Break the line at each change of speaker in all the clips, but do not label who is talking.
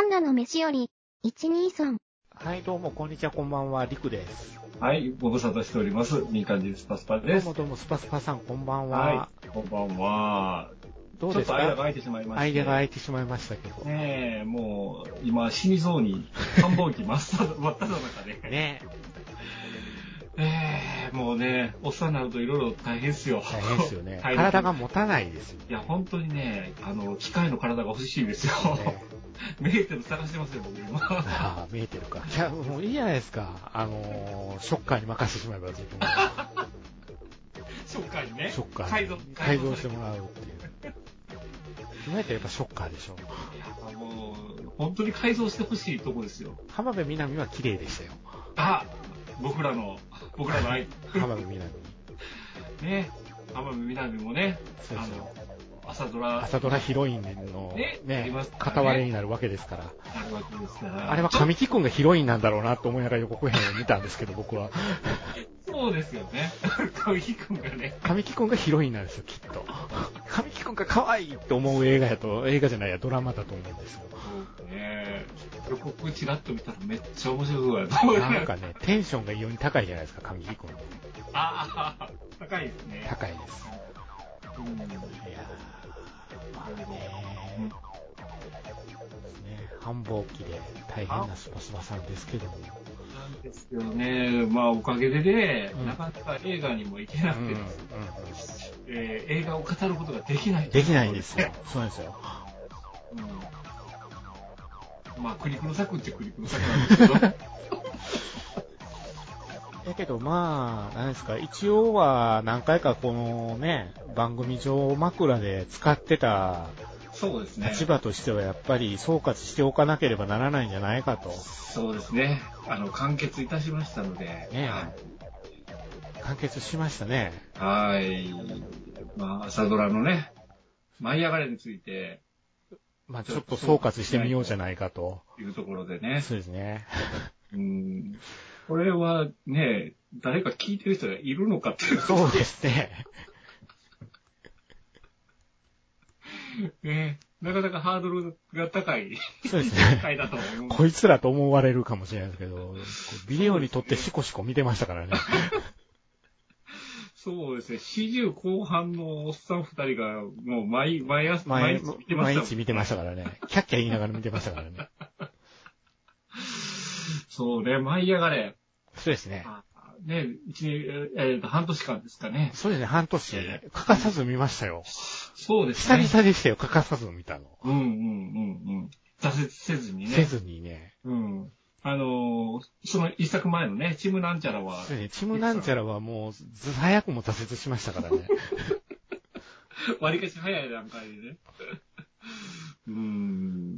ンナの飯より、123。
はい、どうも、こんにちは、こんばんは、りくです。
はい、ご無沙汰しております。みかんじスパスパ
ど
で
う
す
も。どうも、スパスパさん、こんばんは。
はい、こんばんは。
どうです
ちょっと間
か
が空いてしまいました。
間が空いてしまいましたけど。ね
ねえ、もう、今、死にそう に、繁忙期真っ只真っ只中で。ええもうね、おっさんになるといろいろ大変ですよ。。
大変ですよね
体力
体が持たないですよ
いや、本当にね、あの、機械の体が欲しいですよ。
ね。
メーテル探してますよ、僕 今。
ああ、見えてるか。いや、もういいじゃないですか。あのー、ショッカーに任せてしまえば、自分 が
ショッカーにね。
ショッカー
改
に
造、
改造して
され
もらうっていう。今やったらやっぱショッカーでしょ。
いや、もう、本当に改造してほしいとこですよ。
浜辺美波は綺麗でしたよ。
あ、僕らの、僕らの愛。
浜辺美 波。
ね、浜辺美波もね、
そうですよ。
朝ドラ
朝ドラヒロインの
ねあり
ね
ますか、らね
片割れになるわけですから。
あるわけですから。
あれは神木君がヒロインなんだろうなと思いながら予告編を見たんですけど、僕は。
そうですよね。 神木君がね。
神木君がヒロインなんですよ、きっと。神木君が可愛いって思う映画やと、映画じゃないや、ドラマだと思うんですよ。
ね予告ちらっと見たらめっちゃ面白そうやと思う
なんかね、テンションが異様に高いじゃないですか、神木君。
ああ、高いですね。
高いです。
うん
いやー、まあねね繁忙期で大変なスパスパさんですけども。
なんですけどね、まあおかげでね、
うん
なかなか映画にも行けな
う
く
んうん
て
うん
です、えー映画を語ることができない。
できないんですよ。そうなんですよ。
うんまあ、クリクルサクっちゃクリクルサクなんですけど。
だけどまあ、なんですか、一応は何回かこのね、番組上枕で使ってた
そうですね。
立場としてはやっぱり総括しておかなければならないんじゃないかと。
そうですね。あの、完結いたしましたので。
ね完結しましたね。
はい。まあ、朝ドラのね、舞い上がれについて、
まあちょっと総括してみようじゃないかと。
いうところでね。
そうですね。
うん。これはね、誰か聞いてる人がいるのかっていうと
そうですね。
ね。なかなかハードルが高い
そうですね。
回だと思う。
こいつらと思われるかもしれないですけど、こうビデオに撮ってシコシコ見てましたからね。
そうですね。40後半のおっさん二人が、もう毎、毎 朝、
毎
毎日見てまし
毎
たも
日
ん。
見てましたからね。キャッキャ言いながら見てましたからね。
そうね、舞い上がれ。
そうですね。
あね、一年、えーと、半年間ですかね。
そうですね、半年
え。
欠かさず見ましたよ。
そうです
久
ね。
々でしたよ、欠かさず見たの。
うんうんうんうん。挫折せずにね。
せずにね。
うん。あのーその一作前のね、チムなんちゃらは
そう、ですね、チムなんちゃらはもう、ず早くも挫折しましたから ね。
割りかし早い段階でね。うーん。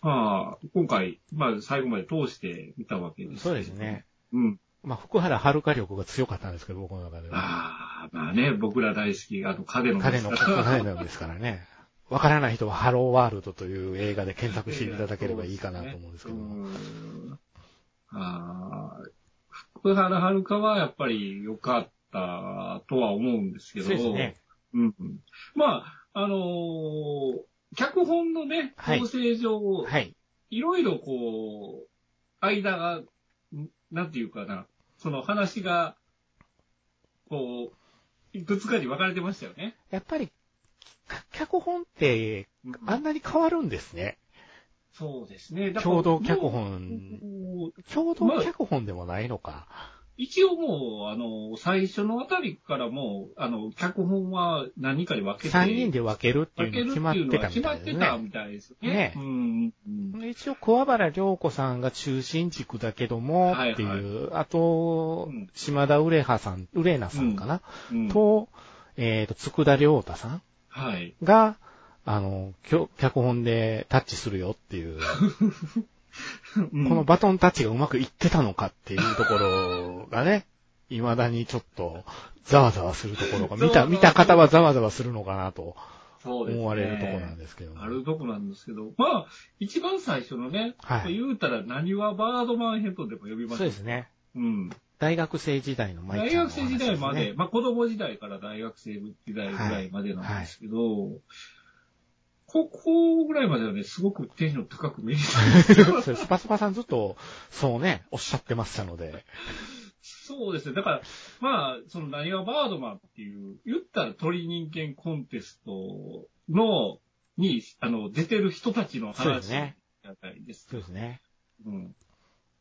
まあ、今回、まあ最後まで通して見たわけです。
そうです。ね。
うん。
まあ、福原遥力が強かったんですけど、僕の中では。
ああ、まあね、僕ら大好き、あの、影の
彼の国家なんですからね。わからない人はハローワールドという映画で検索していただければいいかなと思うんですけど
う
も。
んああ、福原遥はやっぱり良かったとは思うんですけど、
そうですね。
うんうんまあ、あのー脚本のね、
はい
構成上、い
はい。
ろいろこう、間が、んなんていうかな、その話が、こう、いくつかに分かれてましたよね。
やっぱり、脚本って、あんなに変わるんですね。
そうですね。だから
共同脚
も
本。
うもう
共同脚本でもないのか。
一応もう、あの、最初のあたりからもう、あの、脚本は何かに分けて、
3人で分けるって
分け
いう
る
の
って
決まっ
い
て
う
たみ
のは決ま
たいです
ってた
ね。
みたいですよ
ね
ね。うんうん
一応、小原涼子さんが中心軸だけども、
はいはい
っていう、あと
うん、
島田ウレハさん、ウレナさんかな、
うん
と、えっ、と、つくだりょうたさん
はい。
が、あの、きょ脚本でタッチするよって いう、
こ
このバトンタッチがうまくいってたのかっていうところがね、未だにちょっと、ざわざわするとこ ろが、見
ざわざわ
た、
する
見た方はざわざわするのかなと
そうですね
思われるところなんですけども。
あるとこなんですけど、まあ、一番最初のね、
はい
言うたら、何はバードマンヘッドでも呼び
そ
ま
う
した。
ですね。
うん。
大学生時代のマイ
大
ちゃんの
学
お話すね
生時代まで、まあ子供時代から大学生時代ぐらいまでなんですけど、ここぐらいまではね、すごくテンション高く見え て
そう
た。
ですスパスパさんずっと、そうね、おっしゃってましたので。
そうですね。だから、まあ、その何がバードマンっていう、言ったら鳥人間コンテストの、に、あの、出てる人たちの
そうです
話じゃ
ね。
ないですか
そうですね。
うん。だ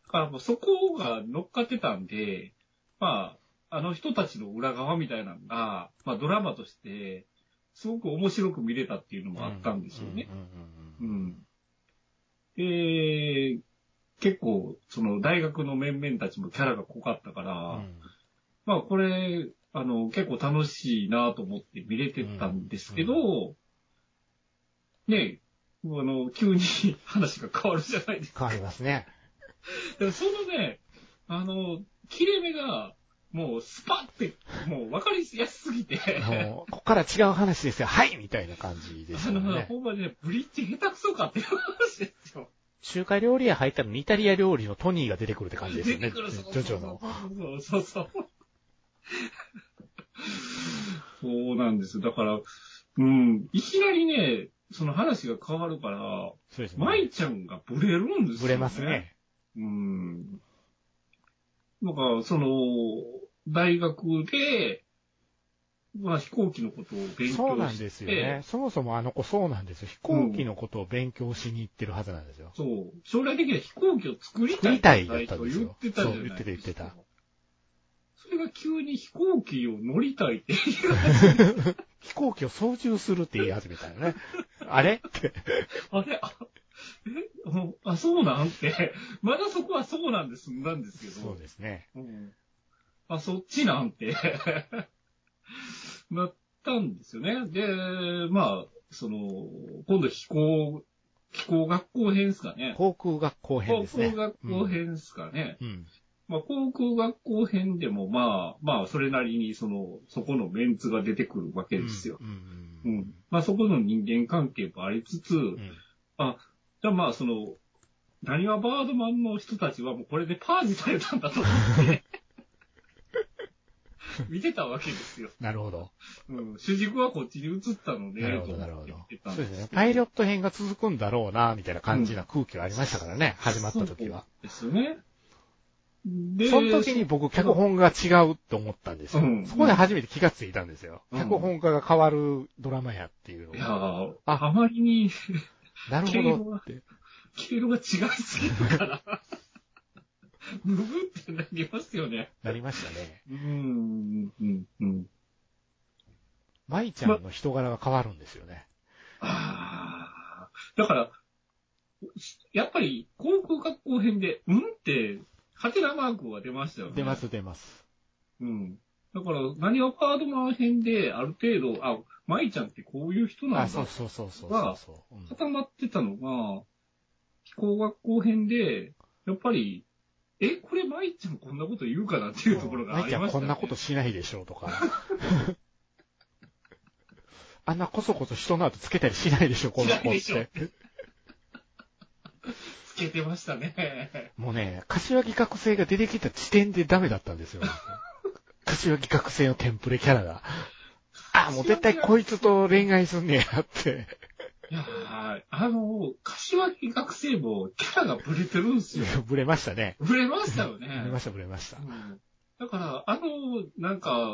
からもうそこが乗っかってたんで、まあ、あの人たちの裏側みたいなのが、まあドラマとして、すごく面白く見れたっていうのもあったんですよね。
うんうんう
う
んうん
ん。で、結構、その大学の面々たちもキャラが濃かったから、
うん
まあこれ、あの、結構楽しいなと思って見れてたんですけど、ねえ、あの、急に 話が変わるじゃないです
変
か。
わりますね。
でもそのね、あの、切れ目が、もうスパって、もう分かりやすすぎて、
あの、ここから違う話ですよ。はいみたいな感じでした
あの、
ね。
ほんまにね、ブリッジ下手くそかっていう話ですよ。
中華料理屋入ったらイタリア料理のトニーが出てくるって感じです
出
よね。
てくる、そ
ジ
う
ョ
そう
ジ
そう
ョの。
そうそう。そうなんです。だから、うん、いきなりね、その話が変わるから、
そうですね。
舞ちゃんがブレるんですよね。
ぶれますね。
うん。なんか、その、大学で、まあ飛行機のことを勉強して。
そうなんですよね。。そもそもあの子そうなんですよ。飛行機のことを勉強しに行ってるはずなんですよ。
そう。将来的には飛行機を作りた
作
い。
りたいだったん
と
です
言
よ
ってたじゃない
そう言ってた言ってた
それが急に飛行機を乗りたいって 言い
飛行機を操縦するって言い始めたよね。あれって。
あれ あ、え おあ、そうなんって。 まだそこはそうなんです、なんですけど。
そうですね。
うんあ、そっちなんて、なったんですよね。で、まあ、その、今度飛行、飛行学校編ですかね。
航空学校編ですね。
航空学校編ですかね。
うん。うん。
まあ、航空学校編でも、まあ、まあ、それなりに、その、そこのメンツが出てくるわけですよ。
うん。
うん。まあ、そこの人間関係もありつつ、
うんうん
じゃあまあ、その、なにわバードマンの人たちはもうこれでパーにされたんだと思 って、見てたわけですよ。
なるほど。
うん、主軸はこっちに移ったので、
なるほ
と
ど、
思
なるほ
って
ど
見て。た
そうんで
ですす
ね。
けど
パイロット編が続くんだろうな、みたいな感じな空気がありましたからね、始まった時は。
ですよね。で、
その時に僕、脚本が違うって思ったんですよ、
うん
そこで初めて気がついたんですよ。
うん
脚本家が変わるドラマやっていうの
い
が
やー
あ
あまりに、
なる
毛
ほ
色
ど
が
って。
毛色が違いすぎるから、 ブブってなりますよね。
なりましたね。
うん、うん、うん。
舞ちゃんの人柄が変わるんですよね。
ああ。だから、やっぱり、航空学校編で、うんって、ハテナマークが出ましたよね。
出ま。す、出ます。
うん。だから、何はパードマン編で、ある程度、あ、舞ちゃんってこういう人な
あ、
ん
そう
だ。
そうそうそうそうそう、うん
固まってたのが、飛行学校編で、やっぱり、え、これ舞ちゃんこんなこと言うかなっていうところがあ
舞
り
ちゃ
ま
ん
した
こ
ね。
んなことしないでしょうとか。 あんなこそこそ人の後つけたりしないでしょ、この
しな
子
い
っ
でしょ
て。
つけてましたね。
もうね、柏木学生が出てきた時点でダメだったん ですよ。柏木学生のテンプレキャラが。あ、もう絶対こいつと恋愛すんねやって。
いやーあの、柏木学生もキャラがブレてるんですよ。
ぶれましたね。
ブレましたよね。
ぶれました、ぶれました
う。んだから、あの、なんか、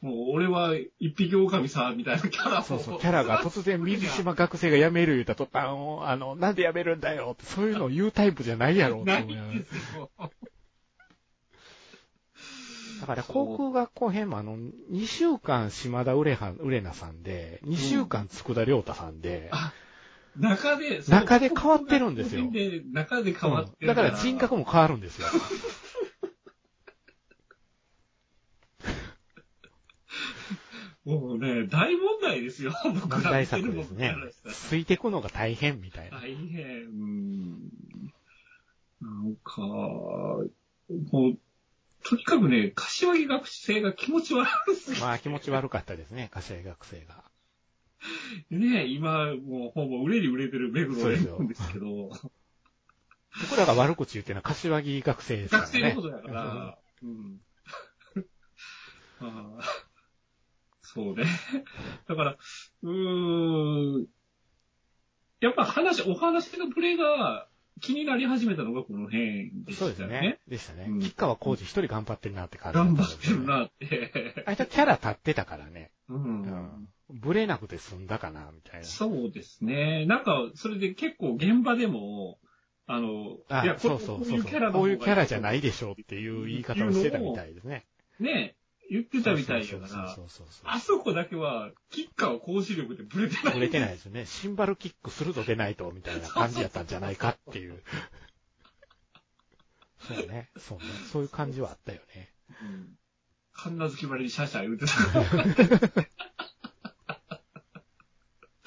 もう俺は一匹狼さ、みたいなキャラを
そうそう、キャラが突然水島学生が辞める言うたと、あの、あの、なんで辞めるんだよって、そういうのを言うタイプじゃないやろうと
ない
思いなが
ん
ら
ですよ。
だから航空学校編もあの、2週間島田ウレハウレナさんで、2週間佃良太さんで、
あ中で、
中で変わってるんですよ
個人で中で変わって
うん
る
だから人格も変わるんですよ。
もうね、大問題ですよ、僕ら
問題作ですね
見てる僕から。し
ついてくのが大変みたい
たら
な。
大変。うんなんか、もう、とにかくね、柏木学生が気持ち悪すぎて
まあ気持ち悪かったですね、柏木学生が。
ね今、もうほぼ売れに売れてる目黒蓮なんですけど、
僕らが悪口言ってるのは柏木学生ですか
学
らね
生のこ。とだから、うん。ああそうね。だから、うーん、やっぱ話、お話のプレイが気になり始めたのがこの辺でし
そうです
たよ
ね
ね。。
でしたね
う。ん
吉川浩司一人頑張ってるなって感じだった
頑
んで
張
す
っ
よ
てる
ね。
なって。
あいつはキャラ立ってたからね。
う。
うんん。ブレなくて済んだかな、みたいな。
そうですね。なんか、それで結構現場でも、あの、
あ
いや、こ
そ
れ
うそう
こう
そ
いううキャラ
そう。こ
の方が。
ういうキャラじゃないいでしょうっていう言い方をしてたみたいですね。
ね言ってたみたいやか
そう
ら
そ、うそうそう
あそこだけは、キッカーは講師力でブレてない。
触れてないですよね。シンバルキックするぞ出ないと、みたいな感じやったんじゃないかっていう。そうね。そうね。そういう感じはあったよね。
うん。カンナ好きまでにシャシャ言うてた。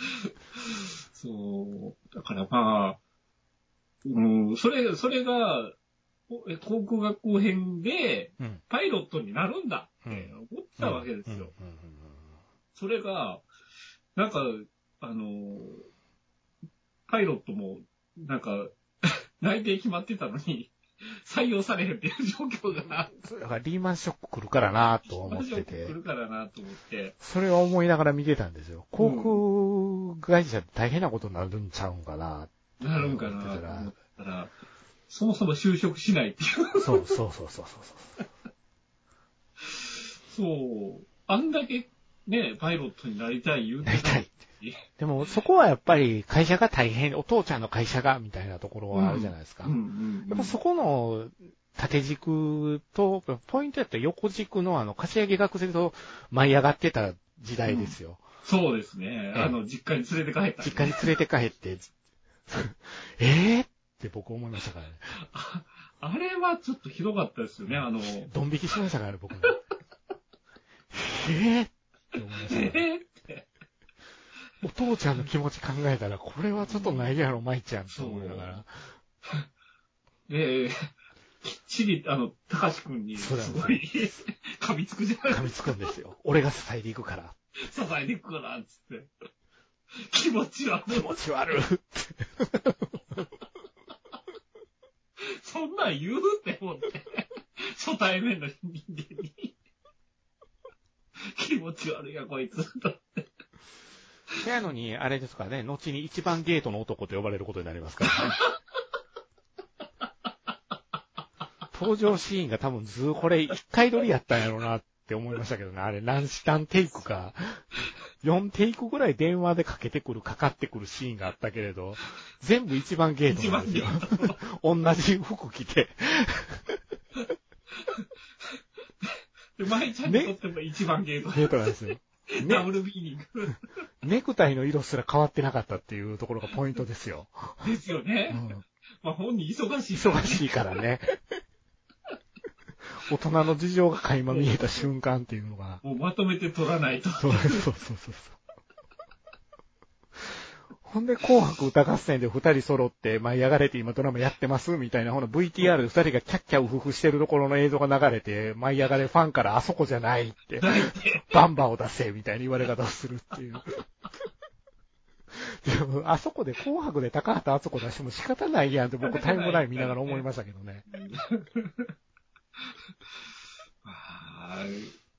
そう。だからまあ、うん、それ、それが、おえ航空学校編で、
うん。
パイロットになるんだって
う
思ったわけですよ。
うん。うん
それが、なんか、あの、パイロットも、なんか、 内定決まってたの に、採用されへんっていう状況がな、
うんうんだからリーマンショック来るからなと思ってて
来、るからなと思って。
それを思いながら見てたんですよ。航空会社大変なことになるんちゃうんかな
なるんかなと思ったら、そもそも就職しないっていう。
そうそうそうそうそうそう。
そう。あんだけ、ね、パイロットになりたい言うて
なりたい。
い
でもそこはやっぱり会社が大変、お父ちゃんの会社が、みたいなところはあるじゃないですか。
うんうん、
やっぱそこの縦軸と、ポイントやったら横軸のあの、柏木学生と舞い上がってた時代ですよ。
そうですね。
ええ
あの、実家に連れて帰った。
実家に連れて帰って、 えぇって僕思いましたからね。
あれはちょっとひどかったですよね。あの、
ドン引きしましたからね、僕も。えぇって思いました からね、
えって。
お父ちゃんの気持ち考えたら、これはちょっとないやろ、舞ちゃんって思いながら。
で、きっちり、あの、高橋くんに、す
そうなんですよ
ごい、噛みつくじゃない
噛みつくんですよ。俺が支えていくから。
支えていくから、つって。気持ちは、
気持ち悪い。
そんなん言うって思って。初対面の人間に。気持ち悪いや、こいつ。
せやのに、あれですからね、後に一番ゲートの男と呼ばれることになりますからね。登場シーンが多分ずーこれ一回撮りやったんやろうなって思いましたけどね、あれ何時間テイクか、4テイクぐらい電話でかけてくる、かかってくるシーンがあったけれど、全部一番ゲート
一
なん
番
です
ゲ
よ。
ート。
同じ服着て、
で、舞ちゃんにとっても一番ゲート。
ゲートなんですよ。
ダブ
ね、
ルビーニング。
ネクタイの色すら変わってなかったっていうところがポイントですよ。
ですよ
う
ね。
ん
まあ、本人忙しいからね。
忙しいからね。大人の事情が垣間見えた瞬間っていうのが。
もうまとめて取らないと。
そうそうそうそうそう。ほんで、紅白歌合戦で二人揃って、舞い上がれて今ドラマやってますみたいな、ほな VTR で二人がキャッキャウフフしてるところの映像が流れて、舞い上がれファンからあそこじゃないって、バンバを出せみたいな言われ方をするっていう。でも、あそこで紅白で高畑あそこ出しても仕方ないやんって僕タイムライン見ながら思いましたけどね。
は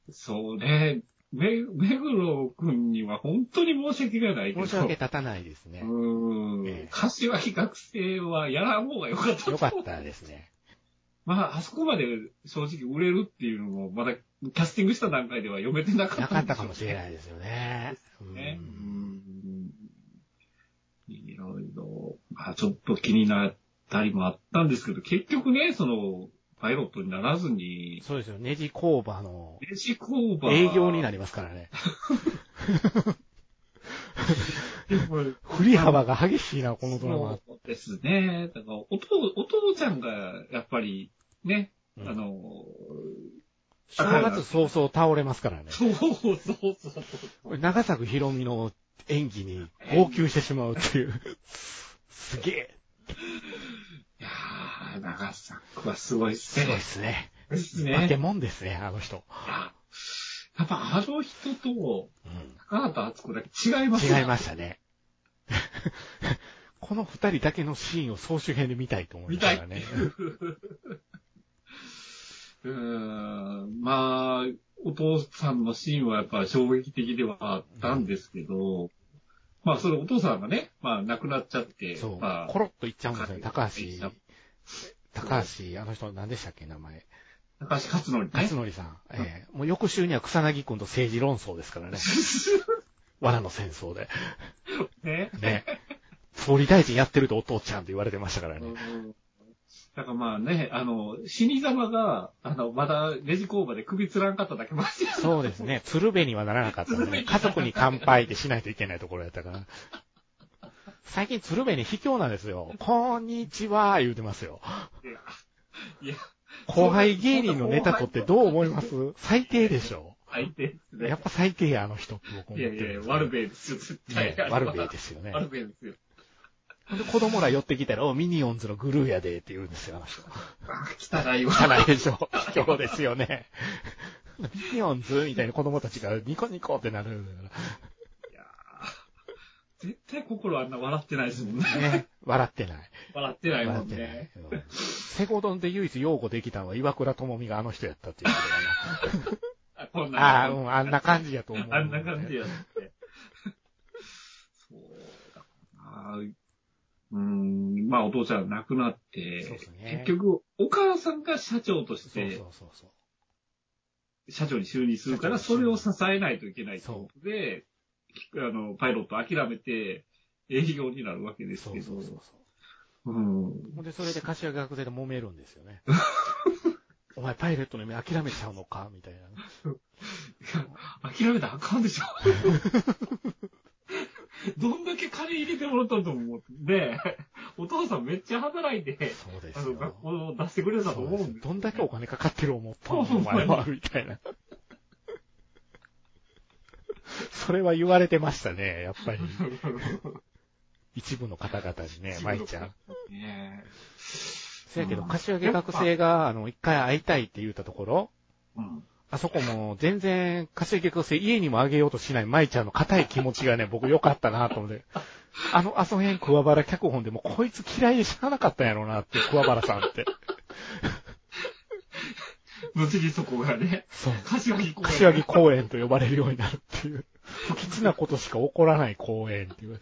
い。そうね。め、目黒くんには本当に申し訳がないけど。
申し訳立たないですね
う。ー
ええ
ん。柏木学生はやらん方が良かった。
よかったですね。
まあ、あそこまで正直売れるっていうのも、まだキャスティングした段階では読めてなかった。
なかったかもしれ
い。
ないですよね。
ね。う
うん
ん。いろいろ、まあ、ちょっと気になったりもあったんですけど、結局ね、その、パイロットにならずに、
そうですよ。ネジ工場の
電子工場。
営業にな
る。
りますからね。振り幅が激しいな、このドラマ。
そうですね。だから、お父、お父ちゃんが、やっぱり、ね、
うん
あの、
正月早々倒れますからね。
そうそうそうそう。
長作ひろみの演技に号泣してしまうっていう。すげえ。
いやー、長作はすごいっ
す
す
ごい
ね
で。すね。
です
化け
ね。
物ですね、あの人。
いややっぱあの人と、
うん
高畑敦子だけ違います
違い
す。
ました ね。この二人だけのシーンを総集編で見たいと思い
見
ま
た
し
い
た
っ
ね
て。いう。うーん、まあ、お父さんのシーンはやっぱ衝撃的ではあったんですけど、まあ、それお父さんがね、まあ、亡くなっちゃって、
そう、
まあ、
コロッといっちゃうんですよね。
高
高
橋
橋、高橋、あの人何でしたっけ、名前。
高橋勝則ね
勝。則さん。ええもう翌週には草薙君と政治論争です からね。罠の戦争で。
ね。
ね。総理大臣やってるとお父ちゃんって言われてましたから
う
ね。
んだからまあね、あの、死に様が、あの、まだレジ工場で首つらんかっただけマジで。
そうですね。鶴瓶にはならなかったんでね。家族に乾杯ってしないといけないところやったから。最近鶴瓶に卑怯なんですよ。こんにちは、言うてますよ。
いや、
後輩芸人のネタ取ってどう思います最低でしょ。
相手ですね。
やっぱ最低や、あの人って僕思っ
い
て
や
るん
い
です
や、
よ
悪べえですよ、絶
ね
対。
悪べえですよね。
悪べえですよ。
で子供ら寄ってきたら、お、ミニオンズのグルーやで、って言うんですよ、あの人。
あ汚いわ。
汚いでしょ。卑怯ですよね。ミニオンズみたいな子供たちがニコニコってなるんだか
絶対心あんな笑ってないですもんね。
ら。ね。笑ってない。
笑ってない
笑
も
っ
ん
てない
ね。。
うんセコドンで唯一擁護できたのは岩倉智美があの人やったっていうことだな。
あこん
あ
な
あ、うん、あんな感じやと思う。
あんな感じやって。そうだな。うーん、まあお父ちゃん亡くなって、
そうですね
結局お母さんが社長とし
そう
て
そうそうそう。
社長に就任するから、
社長
そ
に
れ
就任
を支えないといけないということで、きあの、パイロット諦めて営業になるわけです
そ
け
う
ど、
そうそうそう。
うん。
ほんで、それで柏学生で揉めるんですよ ね。お前パイレットの夢諦めちゃうのかみたいなね。
諦めたらあかん でしょ。どんだけ金入れてもらったと思う。で、お父さんめっちゃ働いて、
そうで
あ
す
の、
よ。
学校を出してくれたと
そう
思うん
で
ですす
よ
よ
どんだけお金かかってる思ったのお
そうそう
前は、みたいな。それは言われてましたね、やっぱり。一部の方々に ね、舞ちゃん。
ね
せやけど、柏木学生が、あの、一回会いたいって言ったところ、
うん。
あそこも全然、柏木学生家にもあげようとしない舞ちゃんの硬い気持ちがね、僕良かったなと思って。あの、あそ辺桑原脚本でもこいつ嫌いでしゃあなかったんやろうなって、桑原さんって。
後にそこが ね、
そう。
柏木公園。
柏木公園と呼ばれるようになるっていう。不吉なことしか起こらない公園っていう。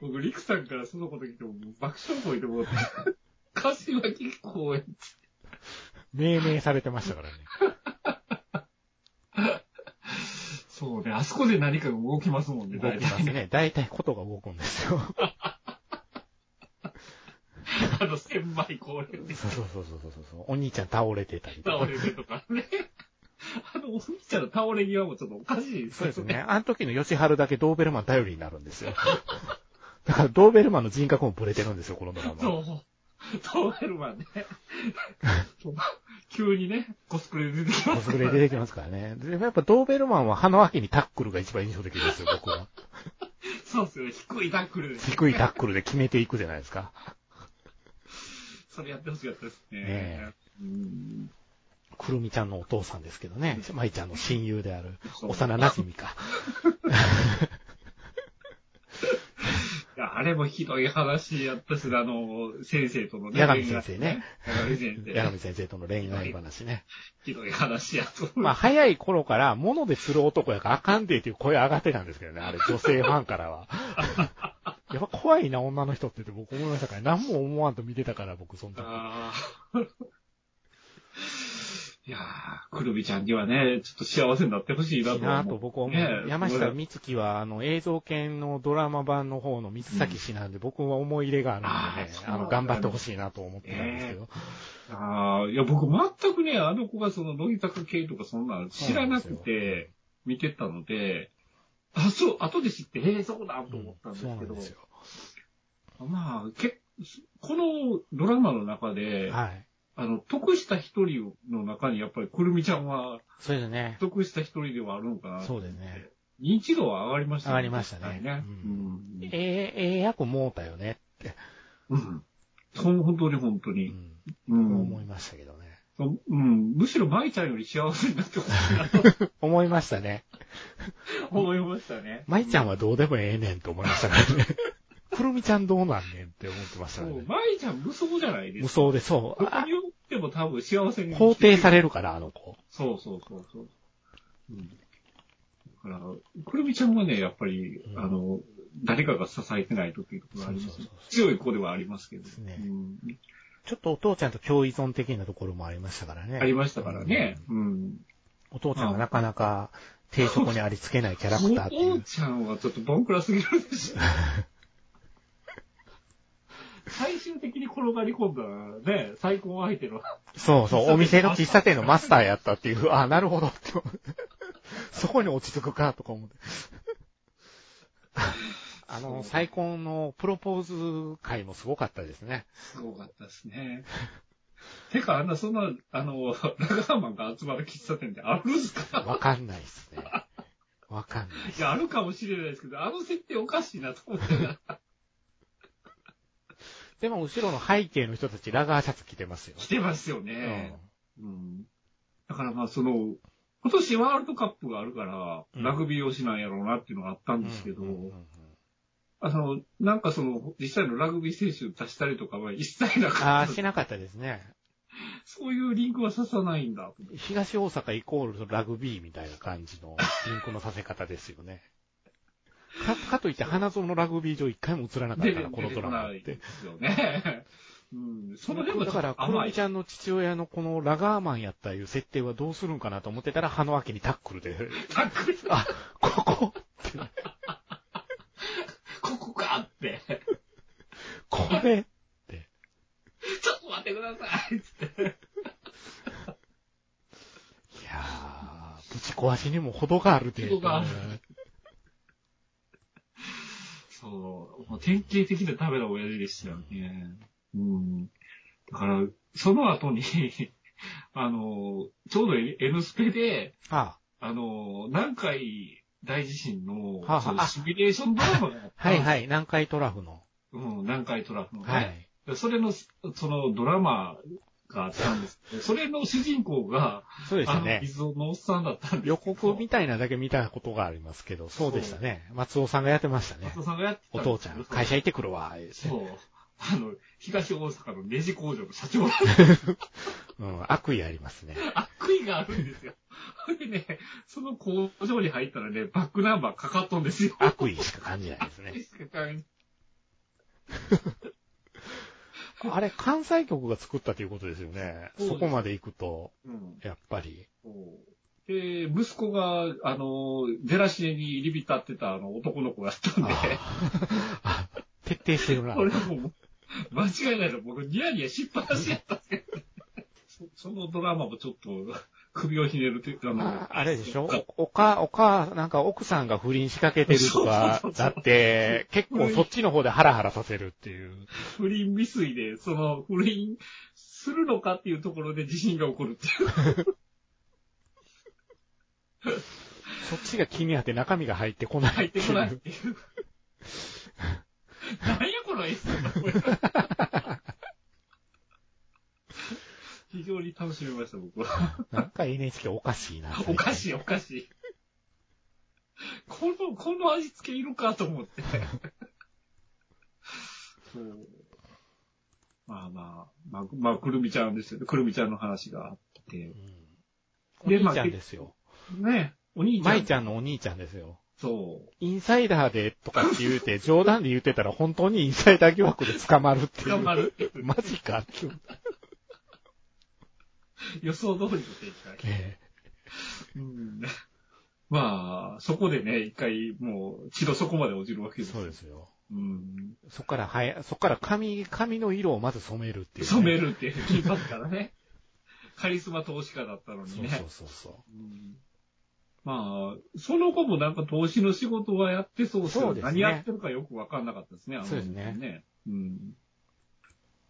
僕、陸さんからそのこと聞いても、もう爆笑覚えて もらって。柏木公園。
命名されてましたからね。
そうね、あそこで何かが動きますもんね、
動きますね。大体ことが動くんですよ。
あの、千枚公園で
そうそうそうそうそう。お兄ちゃん倒れてたりと
倒
か。
れるとか ね。あの、お兄ちゃんの倒れ際もちょっとおかしいです
そうですね。あの時の吉春だけドーベルマン頼りになるんですよ。 だからドーベルマンの人格もブレてるんですよ、このドラマ。
そう。倒れるわね。 急にね、コスプレで出てきま
コ
す
スプレで出てきますからね。でやっぱドーベルマンは歯の脇にタックルが一番印象的ですよ、僕は。
そうですよね、低いタックルで。
低いタックルで決めていくじゃないですか。
それやってほしかったですね。
ね
うん
くるみちゃんのお父さんですけどね。舞ちゃんの親友である。
そう
幼馴染か。
いやあれもひどい話やったし、あの、先生との
八神先生ね。
八神先
八
生。
神先生との恋愛話ね。
ひどい話やと。
まあ、早い頃から、物で釣る男やからあかんでっていう声上がってたんですけどね。あれ、女性ファンから は。やっぱ怖いな、女の人ってって僕思いましたから、何も思わんと見てたから、僕、そんな。
あーいやー、くるみちゃんにはね、ちょっと幸せになってほしい
い
ないと思う。
なぁと僕は思
ね
う。山下美月は、あの、映像犬のドラマ版の方の水崎氏なんで、僕は思い入れがあるんでね、
あー
あの、頑張ってほしいなと思ってたんですけど。
ああ、いや、僕全くね、あの子がその、乃木坂系とかそんなの知らなくて、見てたので、あ、そう、後で知って、へえ、そうだと思ったんです
そうな
け
ん
ど、
ですよ。
まあ、けこのドラマの中で、
はい。
あの、得した一人の中にやっぱりくるみちゃんは、
それでね、
得した一人ではあるのかな。
そうですね。
認知度は上がりました
上がりましたね
はいね
う
うん。
ええ、ええ役もうたよねって、
うん。ほん本当に本当
う
に。
ん、
うん。
思いましたけどね。
うん、むしろ舞ちゃんより幸せになってほしいなと
思いましたね。
思いましたね。
舞ちゃんはどうでもええねんと思いました からね。くるみちゃんどうなんねんって思ってましたから
そう、
ね。
舞ちゃん無双じゃないで
無
すか。
双で、そう。
どこ
あ
におっても多分幸せに。
肯定さ
れ
れるから、あの子。
そうそうそうそう。うん。だかから、くるみちゃんはね、やっぱり、
うん
あの、誰かが支えてないとっていうところがあります
そうそうそう
強い子ではありますけど。
ですね
うん
ちょっとお父ちゃんと共依存的なところもありましたからね。
ありましたからね。うん。
お父ちゃんがなかなか定職にありつけないキャラクターってい
お
う
父。ちゃんはちょっとボンクラすぎるでしょ。最終的に転がり込んだね、最高相手の。
そうそう、お店の喫茶店のマスターやったっていう、あなるほどって思 う。そこに落ち着くか、とか思って。 あの、再婚のプロポーズ会もすごかったですね。
すごかったですね。てか、あんな、そんな、あの、ラガーマンが集まる喫茶店ってあるんすか
わかんないですね。わかんない。
いや、あるかもしれないですけど、あの設定おかしいなと思ってな。
でも後ろの背景の人たち、ラガーシャツ着てますよ。
来てますよ
う
ね
ん。。
うん。だからまあ、その、今年ワールドカップがあるから、
うん
ラグビー推しなんやろうなっていうのがあったんですけど、
うんうんうんうん
あの、なんかその、実際のラグビー選手を足したりとかは一切な
あ
か
あ、
っ。
したなかったですね。
そういうリンクは刺さないんだと思って。
東大阪イコールラグビーみたいな感じのリンクのさせ方ですよね。か、かといって花園のラグビー場一回も映らなかっ
出
た
て
な、こ
こ
のドラマっ
ない
て
で。すよね。うん、その辺は
だ
ち
か
ょっ
ら、
と
クロ
甘
ミ
い
ち。ゃんの父親のこのラガーマンやったいう設定はどうするんかなと思ってたら、花脇にタックルで、
タックル
あ、ここって、
ここかって。
これ、
ちょっと待ってくださいつって。
いやー、ぶち壊しにも程があるで。
程があるそう。もう典型的なダメな親父でしたよね。うん。だから、その後に、 あの、ちょうど N スペで、
あ
あの、南海大地震の、
はあはあ
そのシミュレーションドラマがあっ
はい
い。
はい、南海トラフの。
うん、南海トラフのね。
はい。
でそれの、そのドラマがあったんです けど、それの主人公が、
そうでし
あ
た
の、
ね。
水尾のおっさんだったんですけど
予告みたいなだけ見たことがありますけど、そうでしたね。松尾さんがやってましたね
松。尾さんがやってた
お
んで
父ち
すけ
ゃ
ど
ん、会社行ってくるわ、言うて
そう。あの、東大阪のネジ工場の社長、
うん、悪意ありますね。
悪意があるんですよ。でね、その工場に入ったらね、バックナンバーかかっとんです よ。
悪意しか感じないですね。あれ、関西局が作ったということですよね。
そうです
そこまで行くと、
うん。
やっぱり。
そうで、息子が、あの、デラシネに入り浸ってたあの男の子だったんで、
あー徹底してるな。
俺はもう、間違いないの、僕ニヤニヤしっぱなしやったんですけど、そそ のドラマもちょっと、首をひねるというか、あの
ああれでしょおおか、おか、なんか奥さんが不倫仕掛けてるとか
そうそう、そ
だ
う
って、結構そっちの方でハラハラさせるっていう。
不倫未遂で、その、不倫するのかっていうところで地震が起こるっていう。
そっちが気になって中身が入ってこない。
入ってこないっていう。なんやこの S 非常に楽しめました、僕は。
なんか NHK おかしいな。
おかしい、おかしい。この、この味付けいるかと思って。 そうまあまあ、まあ、まあ、くるみちゃんですよね。くるみちゃんの話があって。
うん。
で
お兄ちゃんですよ。
ねお兄ちゃ
舞
ん。
ちゃんのお兄ちゃんですよ。
そう。
インサイダーでとかって言うて、冗談で言ってたら本当にインサイダー疑惑で捕まるっていう。
頑張る。
マジかっていう。
予想通りの展開。
え
うんまあ、そこでね、一回、もう、血の底まで落ちるわけ
え
です。
そうですよ。
うん。
そっから、はい、そっから髪、髪の色をまず染めるっていう、
染め
る。
るっていう、金髪からね。 カリスマ投資家だったのに
そう
ね。
そうそうそ
うんまあ、その後もなんか投資の仕事はやってそうですけ
そ
ど
うですね
何やってるかよくわかんなかったですね、あの
そうですね
ね。うん。
う。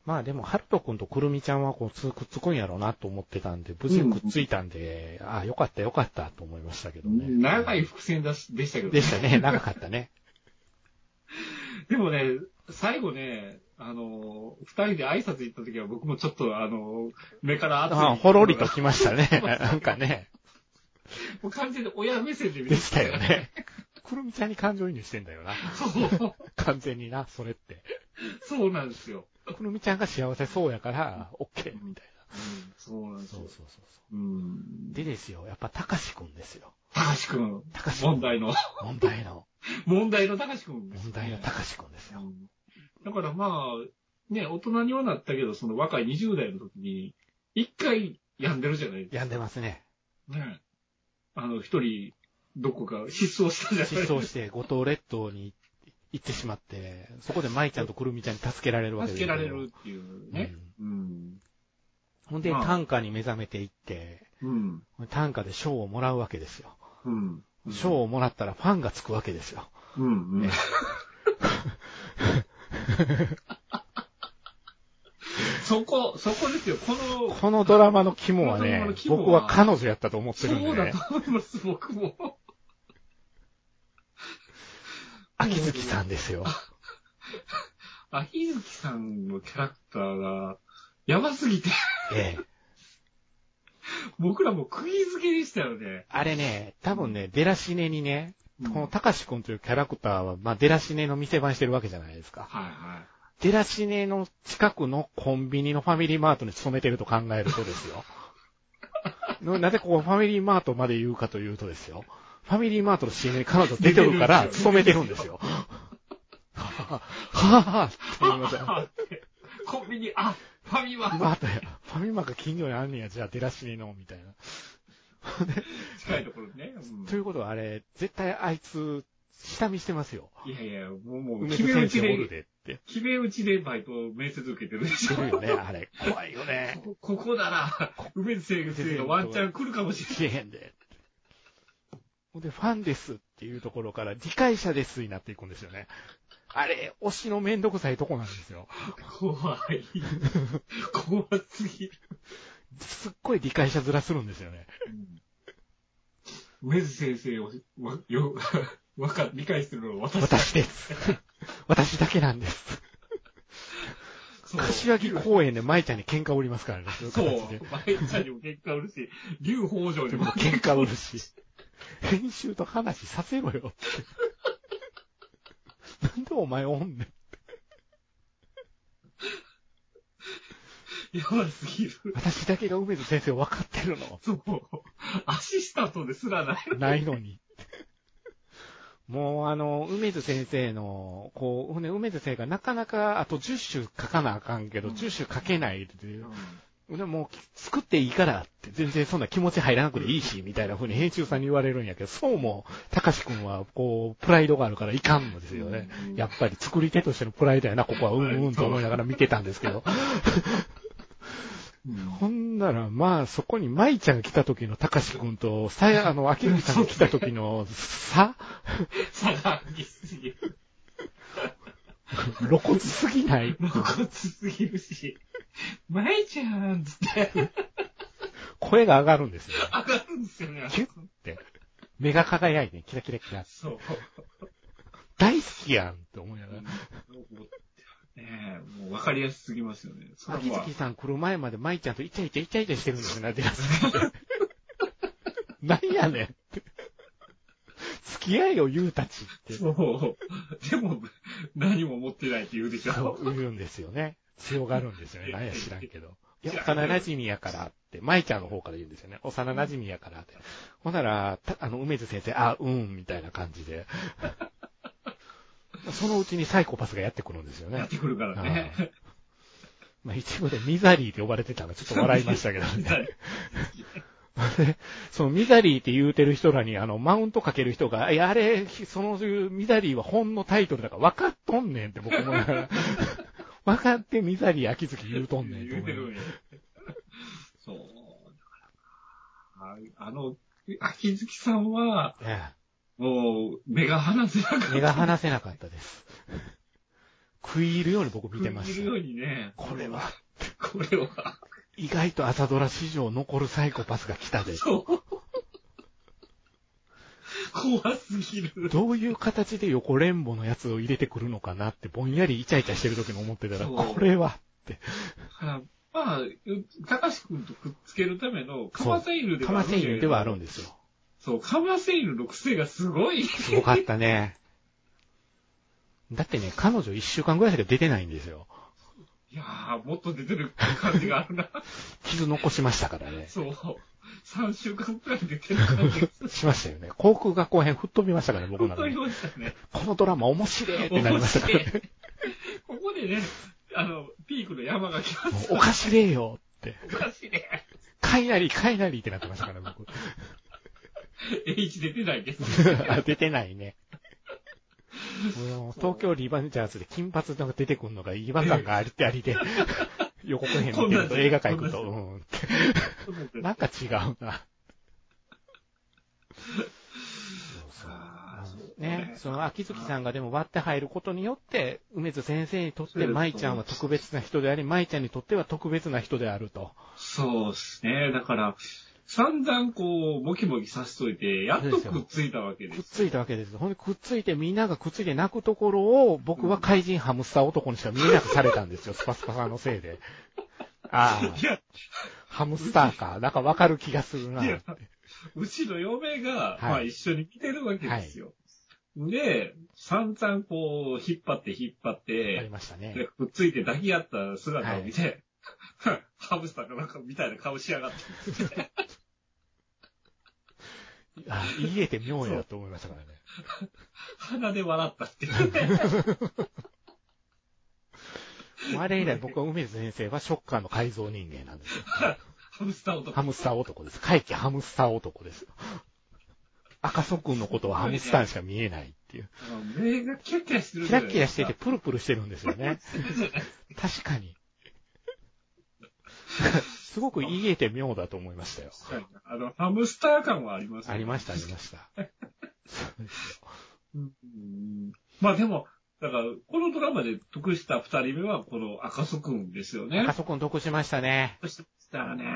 まあでも、ハルト君とくるみちゃんはこうつくっつくんやろうなと思ってたんで、無事くっついたんで、ああ、よかったよかったと思いましたけどね。
長い伏線だしでしたけど
でしたね。長かった ね。
でもね、最後ね、あの、二人で挨拶行った時は僕もちょっとあの、目から熱い。
ああほろりと来ました ね。なんかね。
もう完全に親目線で見
でしたよ。ね。くるみちゃんに感情移入してんだよな。
そう、
完全にな、それって。
そうなんですよ。
くるみちゃんが幸せそうやから、オッケーみたいな。
うんそうなんです
そう
よ
そう。そうそう。
うん。
でですよ、やっぱ、たかしくんですよ。
高志くん。
たかしくん
問題の、
問題の、
問題の高志くんです
問
ね
題のたかしくんですよ。
だからまあ、ね、大人にはなったけど、その若い20代の時に、一回病んでるじゃないです
病んでますね。
か。ね。あの、一人、どこか失踪したじゃないで
失
すか。
踪して、五島列島に行ってしまって、そこで舞ちゃんとくるみちゃんに助けられるわけです
助け
よ
られるっていうね。うん。
ほんで、
まあ
短歌に目覚めていって、
うん。
短歌で賞をもらうわけですよ。
うん。
賞をもらったらファンがつくわけですよ。
うん。うん。
ね
そこ、そこですよ。この、
このドラマの肝は
このドラ
ね
マの、肝は
僕は彼女やったと思ってるん
そう
で
だ
ね。
と思います、僕も。
秋月さんですよ。
秋月さんのキャラクターが、やばすぎて、
ええ。
僕らも釘付けでしたよね。
あれね、多分ね、デラシネにね、
うん
このたかしくんというキャラクターは、まあ、デラシネの店番してるわけじゃないですか。
はいはい。
デラシネの近くのコンビニのファミリーマートに勤めてると考えるとです よ。のなぜここファミリーマートまで言うかというとですよ。ファミリーマートの CM に彼女出てるから、
出て
勤
るん
めて
ですよ
るんですよ。はぁ、はぁ、はぁって言いません。
あってコンビニ、あ、ファミマ、
まあ、ファミマが近所にあんねや、じゃあ出らしねえの、みたいな。
近いところね。うん
ということはあれ、絶対あいつ、下見してますよ。
いやいや、もう、もう、
梅
決
津
め打
先
ち
生おる
で、
でって。
決め打ちでバイト面接受けてるでし
知
ょ
って。るよね、あれ。怖いよね。
こここなら、梅津先生がワンチャン来るかもしれない。
知れへんで。ほんで、ファンですっていうところから、理解者ですになっていくんですよね。あれ、推しのめんどくさいとこなんですよ。
怖い。怖すぎる。
すっごい理解者面するんですよね。
梅津先生を、わ、よ、わか、理解するのは私だ
私 です。私だけなんです。
そう
柏木公園で舞ちゃんに喧嘩売りますからね。
そう
い形で。
舞ちゃんにも結果売るし、劉宝城にも
喧嘩売るし、編集と話させ ろよって。なんでお前おんねん。
やばすぎる。
私だけが梅津先生分かってるの。
そう。アシスタントですらない。
ないのに。もうあの、梅津先生の、こう、ほんで梅津先生がなかなかあと10週書かなあかんけど、
うん
10週書けないっていう。でももう作っていいからって、全然そんな気持ち入らなくていいし、みたいな風に編集さんに言われるんやけど、そうも、たかしくんは、こう、プライドがあるからいかんのですよね。
うん
やっぱり作り手としてのプライドやな、ここはうんうんと思いながら見てたんですけど。ほんなら、まあ、そこに舞ちゃんが来た時のたかしくんと、さや、あの、秋口さんが来た時の、さ、
差が激しすぎる。
露骨すぎない
露骨すぎるし。舞ちゃんっつって
声が上がるんですよ。
上がるんですよね。
キュッて。目が輝いて、キラキラキラ。
そう。
大好きやんって思いながら。
ねえ、もう分かりやすすぎますよね。それ
秋
は
月さん来る前まで舞ちゃんとイチャイチャイチャイチャしてるんですよね、デラさんって。なんやねんって。付き合いを言うたちって
そう。でも、何も持ってないって言うでし
そ
ょ。
う言うんですよね。強がるんですよね。なんや知らんけど。いや、幼馴染やからって、舞ちゃんの方から言うんですよね。幼馴染やからって。ほんなら、たあの、梅津先生、あ、うん、みたいな感じで。 そのうちにサイコパスがやってくるんですよ
や
ね
っ。てくるからね。
まあ、一部でミザリーって呼ばれてたのがちょっと笑いましたけどね。 で、そのミザリーって言うてる人らに、あの、マウントかける人が、いや、あれ、その、ミザリーは本のタイトルだから分かっとんねんって僕も。 分かってミザリー秋月言うとんねんと
言う
思
て
い
る
ま
んや。そう。だからああの、秋月さんは、
す。え
もう、目が離せなかっ
え
た。
目が離せなかったです。食い入るように僕見てまし
い
た
るよ。うにね。
これは、
これは。
意外と朝ドラ史上残るサイコパスが来たで。
そう。怖すぎる。
どういう形で横連母のやつを入れてくるのかなって、ぼんやりイチャイチャしてる時に思ってたら、
そう
これは、
まあ、たかしくんとくっつけるためのカマセイルで
カ
はあ
マ
るんだ
セイ
けれ
ル
ど
ではあるんですよ。
そう、カマセイルの癖がすごい。
すごかったね。だってね、彼女一週間ぐらいしか出てないんですよ。
いやー、もっと出てる感じがあるな。
傷残しましたからね。
そう。3週間くらい出てる感じがする。
しましたよね。航空学校編吹っ飛びましたからね、僕
本
な
当
の
に
に。
ましたね。
このドラマ面白いってなり
面
ましたから
白い
ね。。
ここでね、あの、ピークの山が来ま
も
す
うおかしれよって。
おかしいね。
かいなりかいなりってなってましたから、僕。
H 出てないです。
あ 出てないね。もう東京リバンジャーズで金髪のが出てくるのが違和感がありってあ りで、予告編見てると映画館行くと、うんなんか違うな。そう
あーそう
ね、その秋月さんがでも割って入ることによって、梅津先生にとって舞ちゃんは特別な人であり、舞ちゃんにとっては特別な人であると。
そうですね。だから、散々こう、もきもきさせといて、やっとくっついたわけで
くっ
す。
ついたわけです。ほんでくっついてみんながくっついて泣くところを、僕は怪人ハムスター男にしか見えなくされたん ですよ、スパスパさんのせいで。あ
いや、
あ、ハムスターか。なんかわかる気がするな。
いやうちの嫁
は
が、
い
まあ一緒に来てるわけですよ。で、散々こう、引っ張って引っ張っ
あり
て、
ました
で
ね。
くっついて抱き合った姿を見て、 ハムスターかなんかみたいな顔しやがって。
あ言えて妙やと思いましたからね。
鼻で笑ったっていう。
もうあれ以来僕は梅津先生はショッカーの改造人間なんですよ。
ハムスター男。
ハムスター男です。怪奇ハムスター男です。赤楚君のことはハムスターにしか見えないっていう。
あの目がキラキラしてる
キ
じゃ
ラ
ない
キ
で
ラ
す
し
か
ててプルプルしてるんですよね。確かに。すごく言えて妙だと思いましたよ。
あの、ハムスター感はありますよ
ありました、ありました。そうですよ
うんまあでも、だから、このドラマで得した二人目は、この赤楚くんですよね。
赤楚君得しましたね。
楚したらね、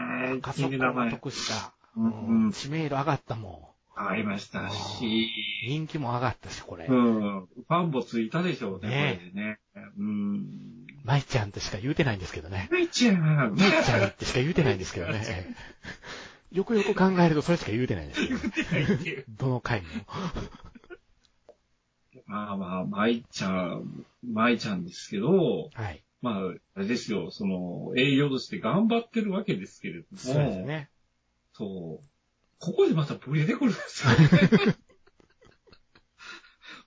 赤
い
楚
い
君
名
は
前
得した。
う
うん
うん
ん知名度上がったも
ありました
ん。
し、
人気も上がったし、これ
う。ん、ファンもついたでしょうね、
ね
これでね。うん。
舞ちゃんってしか言うてないんですけどね。
めちゃん、
舞ちゃんってしか言うてないんですけどね。よくよく考えるとそれしか言うてないんですけどね。どの回も。
まあまあ、舞ちゃん、舞ちゃんですけど、
はい。
まあ、あれですよ、その、営業として頑張ってるわけですけれども、
そうですね。
そう。ここでまたブレてくるんですよ。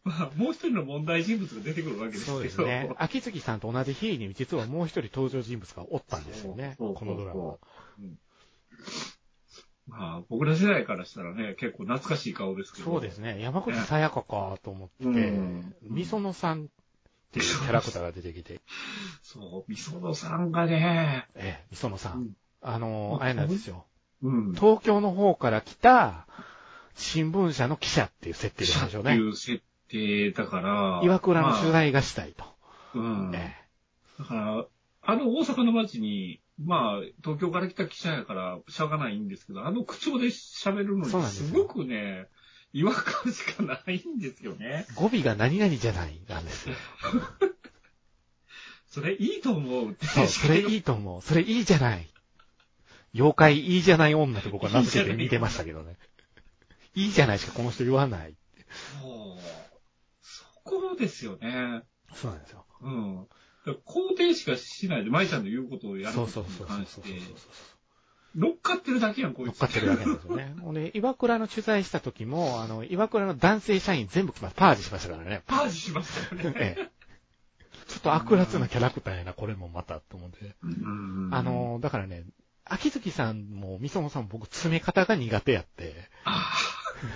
まあ、もう一人の問題人物が出てくるわけですけど。
そうですね。秋月さんと同じ日に、実はもう一人登場人物がおったんですよね。
そう
このドラマ。
まあ、僕ら世代からしたらね、結構懐かしい顔ですけど。
そうですね。山口さやかかと思って、
うん
みそのさんっていうキャラクターが出てきて、
そう、みそのさんがね、
ええ、みそのさ
うんん。
あ
う
の
ん
ー、あれなんですよ。
うん。
東京の方から来た新聞社の記者っていう設定なんでしょう
って
ね
い。う設定だから。
岩倉の取
まあ
材がしたいと。
うん。
ええ
だから、あの大阪の街に、まあ、東京から来た記者やから、しゃがないんですけど、あの口調で喋るの
そう
に、
なんですよ
すごくね、違和感しかないんですよね。
語尾が何々じゃないなんですよ。
それいいと思うって。
そう、それ いいと思う。それいいじゃない。妖怪いいじゃない女って僕は名付けて見てましたけどね。いいじゃないしかこの人言わない。
そうそこですよね。
そうなんですよ。
うん。だから肯定しかしないで、舞ちゃんの言うことをやる
そ
こ
うそ
と
う
に
そうそう
関
そ
し
う
て
そう、
乗っかってるだけやん、こい
乗っ
つ。
かってるだけなんですよね。ほんで、岩倉の取材した時も、あの、岩倉の男性社員全部パージしましたからね。
パージしましたよね。
ええ。ちょっと悪辣なキャラクターやな、これもまた、と思って。
うん
あ、の、だからね、秋月さんも、みそもさんも僕、詰め方が苦手やって。
あー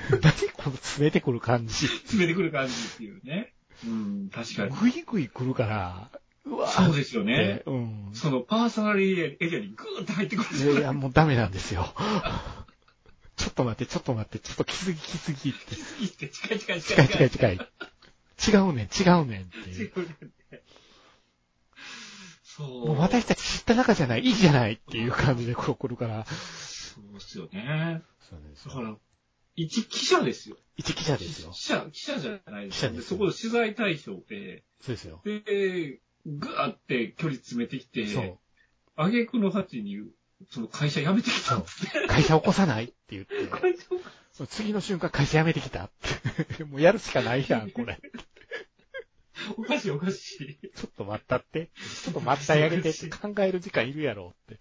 何この詰めてくる感じ。
詰めてくる感じっていうね。うん、確かに。
ぐいぐい来るから、うわ
そうですよね。
ってうん。
そのパーソナルエリアにグーンって入ってくるんです
いやい
よ。
や、もうダメなんですよ。 ちょっと待って、ちょっと待って、ちょっと来すぎ来すぎって。
次って近い近い近
近
い
い近い近い。違うねん、違うねんっていう。
近い。そう。
もう私たち知った中じゃない、いいじゃないっていう感じでこう来るから。
そうですよね。
そうなんです
だから、一記者ですよ。
一記者で
記
すよ。
者、記者じゃない
記者で
ですよ
すよ
でそこで取材対象で、
そうですよ。
で、グーって距離詰めてきて、
そう。
挙句の果てに、その会社辞めてきたんですね。
会社起こさないって言って。
会社
その次の瞬間会社辞めてきたって。もうやるしかないやん、これ。
おかしいおかしい。
ちょっと待ったって。ちょっと待ったやげてって考える時間いるやろって。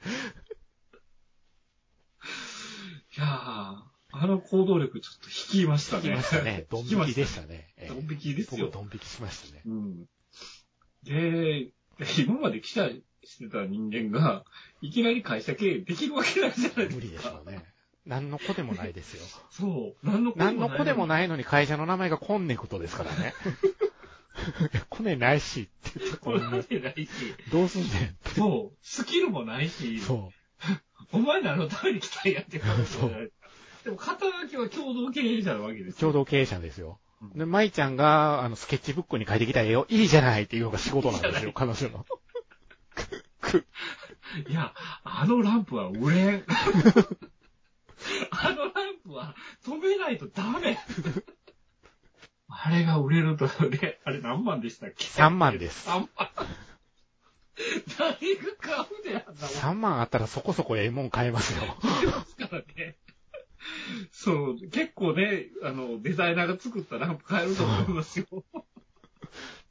いやー、あの行動力ちょっと引きました
聞き
ね。
ましたね。ドン引きでしたね。ええ
ドン引きですよ
僕ドン引きしましたね。
うん。で、今まで記者してた人間が、いきなり会社経営できるわけないじゃないですか。
無理でしょうね。何の子でもないですよ。
そう。何の子
何の子でも
い。
ないのに会社の名前がコンネクトですからね。いや コネないしって言った
こ
ら
れ
もう
ないし。
どうすんねんって。
そう。スキルもないし。
そ
お前らのために来たんやって感じじゃない
そ
でも、肩書きは共同経営者なわけで
う。
すよ。
共同経営者ですよ。
うん
で、舞ちゃんが、あの、スケッチブックに書いてきた絵を、いいじゃないっていうのが仕事なんですよ、彼 女の。
いや、あのランプは売 れん。あのランプは止めないとダメ。あれが売れるとね、あれ何万でしたっけ
3万です。
3万。誰が買うであんなもん
3万あったらそこそこええもん買えますよ。
ですからね。そう、結構ね、あの、デザイナーが作ったランプ買えると思いますよ。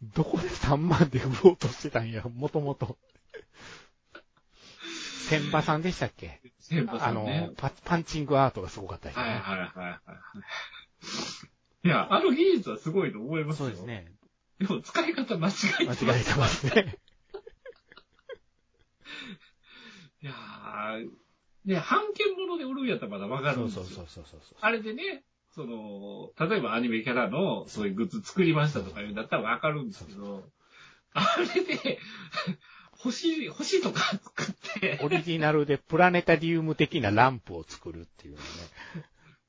どこで3万で売ろうとしてたんや、もともと。千葉さんでしたっけ、
先輩
あ
さん
の
ね。
パ、パンチングアートがすごかったです
はいは
ね。
いはいはいはい。いや、あの技術はすごいと思います
そ
よ。
うです。ね。
でも使い方間違えて
間
ます。
違えてますね。
いやー、ね、版権物で売るんやったらまだわかる
そ
ん
う
で
そ
すよ。
うそうそうそうそう。
あれでね、その、例えばアニメキャラのそういうグッズ作りましたとかいうんだったらわかるんですけど、あれで、星、星とか作って、
オリジナルでプラネタリウム的なランプを作るっていうのね。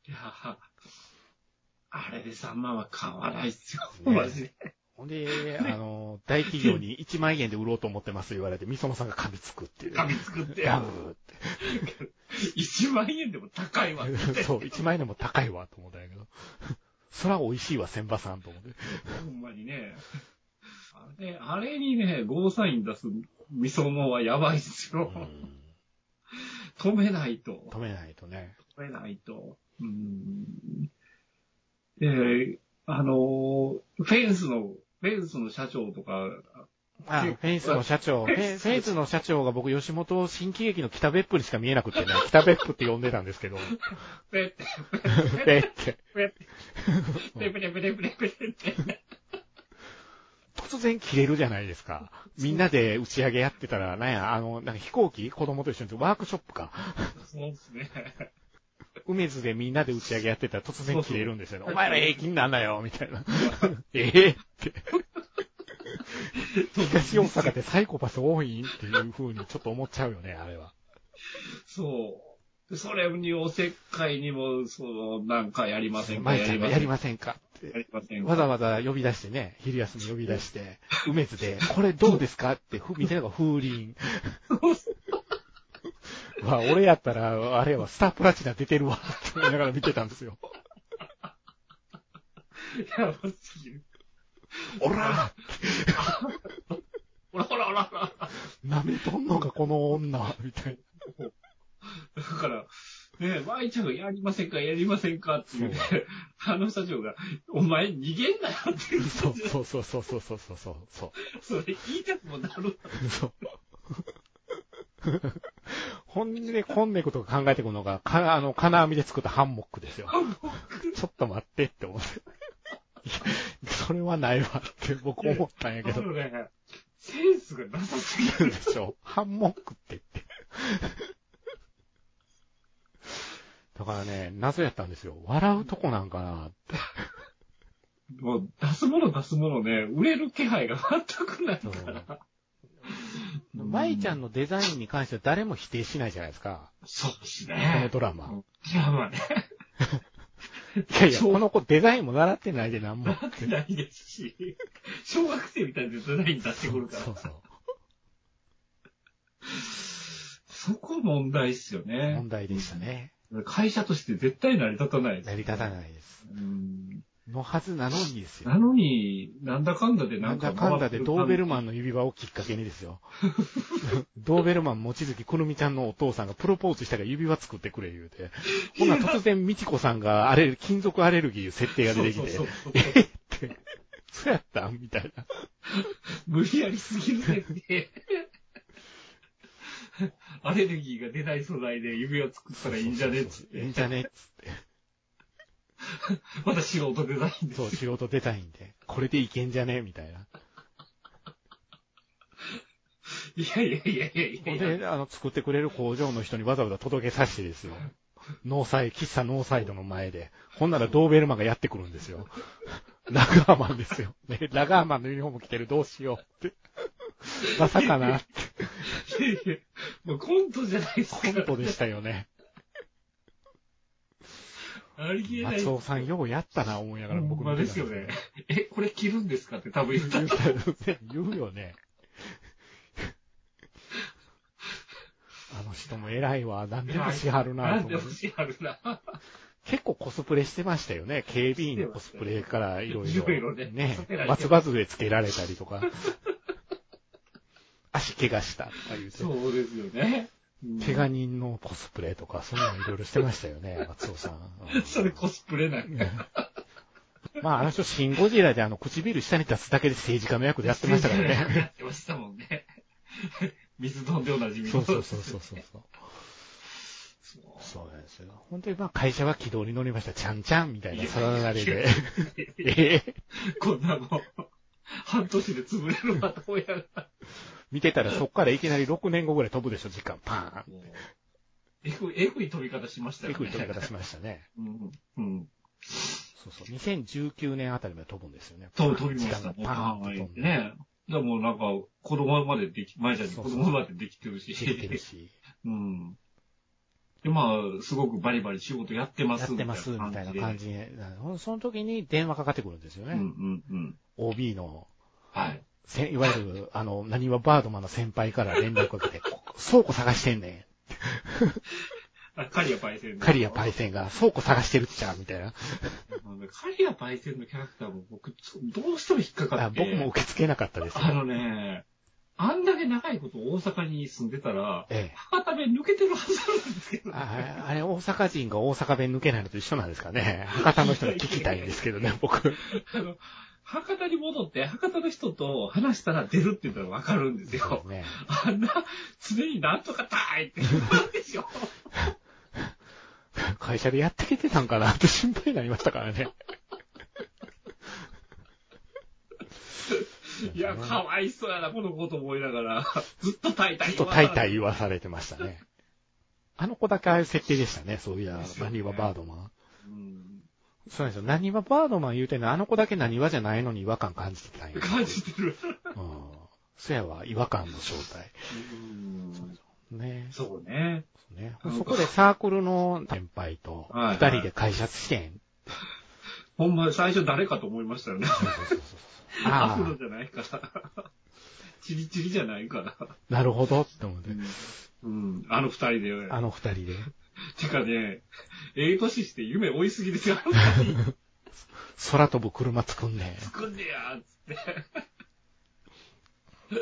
いやーあれで3万は買わないっすよ。
ね
マジで。
ほんで、あの、大企業に1万円で売ろうと思ってます言われて、みそのさんが紙作っていう。
紙作って、
やぶ
1万円でも高いわ。
ーって。そう、1万円でも高いわと思ったんやけど。そら美味しいわ、千葉さんと思って。
ほんまにね。あれ、あれにね、ゴーサイン出す味噌もはやばいっすよ。
うん
止めないと。
止めないとね。
止めないと。うん。で、あの、フェンスの、フェンスの社長とか、
あ、フ
で
ェンスの社長。
フ
フ
ェ
ェ
ンス
フェンスの社長が僕、吉本新喜劇の北別府にしか見えなくてね、北別府って呼んでたんです けど、
ペッて、
えって、
ペッて、ペレペレペレペレペレって。
突然切れるじゃないですか。みんなで打ち上げやってたら、なんや、あの、なんか飛行機子供と一緒に、ワークショップか。
そうですね。
梅津でみんなで打ち上げやってたら突然切れるんですよね。
そうそう
お前ら平気になんなよみたい な。ええって。東大阪でサイコパス多いんっていう風にちょっと思っちゃうよね、あれは。
そう。それにおせっかいにも、その、なんかやりませんか、
舞
や
ちゃ
り
ん
ま
が
せ
や
ん
り
か。
ませんかって
や。りませんか
わざわざ呼び出してね、昼休み呼び出して、梅津で、これどうですかって、ふみんなが風鈴。 まあ、俺やったら、あれはスタープラチナ出てるわ、って思いながら見てたんですよ。
やばすぎる。
おら
ほらほらほらほら。
舐めとんのか、この女みたいな。
だから、ねえ、舞ちゃんがやりませんか、やりませんかって言って、あの社長が、お前逃げんなよって言
そう
って、
そうそうそうそうそうそうそう。
それ言いたくもなる。
そう。ほんで、コンネクとか考えてくるのが、か、あの、金網で作ったハンモックですよ。ちょっと待ってって思って。いやそれはないわって僕思ったんやけ
あ
ど。
のね、センスがなさすぎ
で
る。
しょ。ハンモックってって。だからね、謎やったんですよ。笑うとこなんかなって。
もう、出すもの出すものね、売れる気配が全くない
そう
から。
舞ちゃんのデザインに関しては誰も否定しないじゃないですか。
そうです
この
ね。
ドラマ。
いや、まあね、
いやいや、この子デザインも習ってないでなんも
な。ってないですし、小学生みたいなデザイン出してくるから。
そうそう。
そこ問題っすよね
問。題でしたね。
会社として絶対成り立たないです
成り立たないです。
うん
のはずなのにですよ。
なのに、なんだかんだで
な
なん
ん
か
だかんだでドーベルマ
ン。
ンの指輪をきっかけにです よ。ドーベルマン望月くるみちゃんのお父さんがプロポーズしたから指輪作ってくれ言うて。ほな突然美智子さんがあれ、金属アレルギーいう設定が
そ
出
う
てき
そう
て
そう。そう
えって。そうやったんみたいな。
無理やりすぎるねって。アレルギーが出ない素材で指を作ったらいいんじゃねっつっ
いいん
て。
じゃねっつって。
まだ素人デザインです
そう、。仕事出たいんで。これでいけんじゃねみたいな。
いやいやいやいやいやいや。
で、あの、作ってくれる工場の人にわざわざ届けさせてですよ。ノーサイ、喫茶ノーサイドの前で。ほんならドーベルマンがやってくるんですよ。ラガーマンですよ。ね、ラガーマンのユニフォーム着てる、どうしようって。まさかな、
いやいやもうコントじゃないです
コ
か
ン
ら。
トでしたよね。
ありえない。
松尾さんようやったな、思いながら
ほ
僕
んま
見て
です
た
よ
ん
ね。え、これ着るんですかって多分言っ た
言。うたよね言うよね。あの人も偉いわ。何でもしはる
な
なと
んで
思う。
欲しいあるな。
結構コスプレしてましたよね。警備員のコスプレからいろいろ。
いろいろね
松葉杖つけられたりと か。足怪我したとか言うて。
そうですよね。うん
怪我人のコスプレとか、そういうのいろいろしてましたよ ね、松尾さん。うん
それコスプレなんか。
まあ、あの人、シンゴジラであの、唇下に出すだけで政治家の役でやってましたからね。
やってましたもんね。水飲んでおなじみの
そうそうそうそうそう。
そう
そうなんですよ。本当にまあ会社は軌道に乗りました。ちゃんちゃんみたいな、さらなれ
いやい
で。 ええ
こんなもん、半年で潰れるまた親が。
見てたらそっからいきなり6年後ぐらい飛ぶでしょ、時間。パーン。
えぐい、えぐい飛び方しましたよ
びっ
ね。
くり飛び方しましたね。
うん。うん。
そうそう。2019年あたりまで飛ぶんですよね。
飛飛びましたね。
時間がパーンと飛んで。
ね。でもなんか、子供まででき、前じゃに子供までできてるし。
知ってるし、
うん。で、まあ、すごくバリバリ仕事やってま
やっ
す
てます、みたいな感
じ
じで。ほんその時に電話かかってくるんですよ
で。
ね。
うんうんうん。
OB の、
はい。
せいわゆる、あの、何はバードマンの先輩から連絡が来て、こ倉庫探してんねん。
あ、カリアパイセンの。
カリアパイセンが倉庫探してるっちゃ、みたいな。
カリアパイセンのキャラクターも僕、ちょどうしても引っかか
あ
って。
僕も受け付けなかったですよ。
あのね、あんだけ長いこと大阪に住んでたら、
ええ。
博多弁抜けてるはずなんですけど、ね、
ああれ、大阪人が大阪弁抜けないのと一緒なんですかね。博多の人が聞きたいんですけどね、僕。
あの、博多に戻って、博多の人と話したら出るって言ったらわかるんです
そうで
よ
す。ね。
あんな、常になんとかたーいって言うんで しょ。
会社でやってきてたんかなって心配になりましたから ね。
いや、かわいそうやな、この子と思いながら、ずっとタイタイ
ちょっとタイタイ言わされてましたね。あの子だけああいう設定でしたね、そういや
です、よね
何はバードマン。
うん
そうなんですよ。何はバードマン言うてんの、あの子だけ何はじゃないのに違和感感じてたんや。
感じてる。
うん。そやわ、違和感の正体。ね。
そうね。
ねそこでサークルの先輩と、
はい
二人で会社支援
ほんま、最初誰かと思いましたよね。ア
あ
フロ
あ、
じゃないから。チリチリじゃないから。
なるほどって思って。
うん。あの二人で、
あの二人で。
てかね、ええ年して夢追いす ぎですよ。
空飛ぶ車作んね
作んねやーっつっ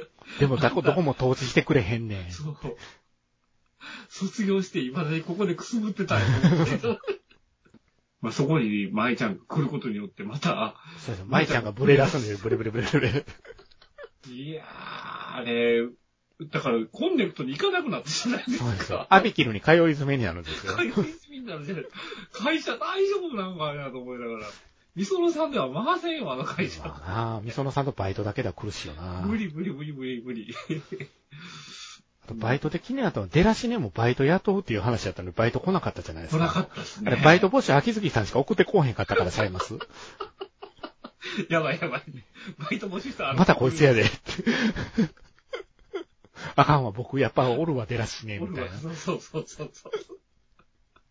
ん。で
て。
もどこ、どこも投資してくれへんねん。
そう。卒業して、いまだにここでくすぶっ てたんやけどまあそこに、舞ちゃんが来ることによって、また、
そうです。舞ちゃんがブレ出すんで、ブレブレブレブレ。
いやー、あれ、だから、コンネクトに行かなくなって しないです
そうですよ
か。。
アビキルに通い詰めになるんですよ。
会社休みになるじゃない会社大丈夫なんかなと思いながら。みそのさんでは回せんよ、あの会社。
まあなあ、みそのさんとバイトだけでは苦しいよな。
無理無理無理無理無理。
あとバイト的には、あと出だしね、もうバイト雇うっていう話だったのに、バイト来なかったじゃないです
来
か。
なかったです
あれ、
ね。
バイト募集秋月さんしか送ってこうへんかったからちゃいます
やばいやばい。バイト募集したら
またこいつや で。あかんわ、僕、やっぱおるわ、出だしね、みたいな。
そうそうそうそうそう。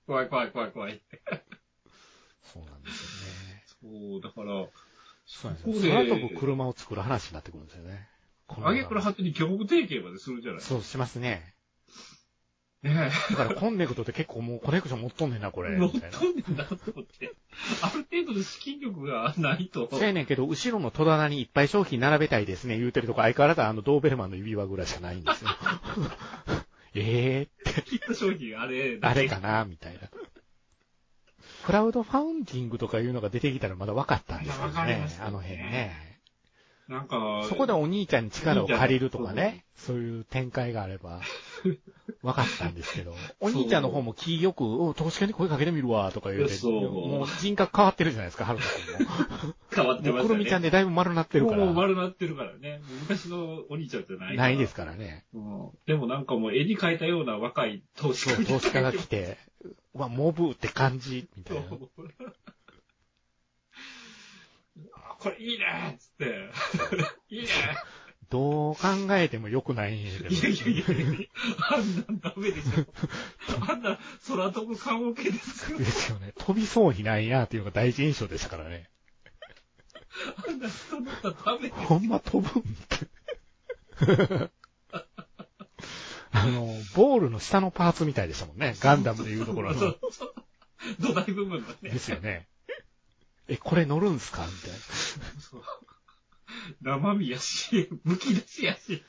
怖い怖い怖い怖い。
そうなんですよね。
そう、だから、
そうなん
こ
です
で
よ。空飛ぶ車を作る話になってくるんですよね。この
あげくら果てに業務提携までするじゃない
そうしますね。
ね
だからコンネクトって結構もうコネクション持っとんねんな、こ
え。
れ。
乗っ
みたいな。
とんねんなと思って。ある程度の資金力がないと。
せやねんけど、後ろの戸棚にいっぱい商品並べたいですね、言うてるとこ、相変わらずあの、ドーベルマンの指輪ぐらいしかないんですよ。 ええ
切った商品、あれ、
ー、あれかな、みたいな。クラウドファウンディングとかいうのが出てきたらまだ分かったんですけど
まあ分かり
ね
ま。したね
あの辺ね。
なんか、
そこでお兄ちゃんに力を借りるとかね。そういう展開があれ ば、分かったんですけど。お兄ちゃんの方も気よく、お投資家に声かけてみるわ、とか言うて、
そう
もう人格変わってるじゃないですか、ハルト君も。
変わってま
もうく
した
るみちゃん
ね。
でだいぶ丸なってる
も
か
うもう
ら。
丸なってるからね。昔のお兄ちゃんじゃない
ないです
か
からね。
ら。うんでもなんかもう絵に描いたような若い投
そ
資家
う、
みたい
投
な
資家が来て、うわ、モブって感じ、みたいな。
そうあこれいいねっつ って。いいね
どう考えても良くないんやけど
いやいやいやいや、あんなんダメでしょ。あんな空飛ぶ棺桶ですか
ですよね。飛びそうにないなっていうのが第一印象でしたからね。
あんな人乗ったらダメ。
ほんま飛ぶんって。あの、ボールの下のパーツみたいでしたもんね。ガンダムでいうところ
そ
の
う。そう土台部分だ
で
ね。
すよね。え、これ乗るんすかみたいな。
そう生身やし、むき出しやし、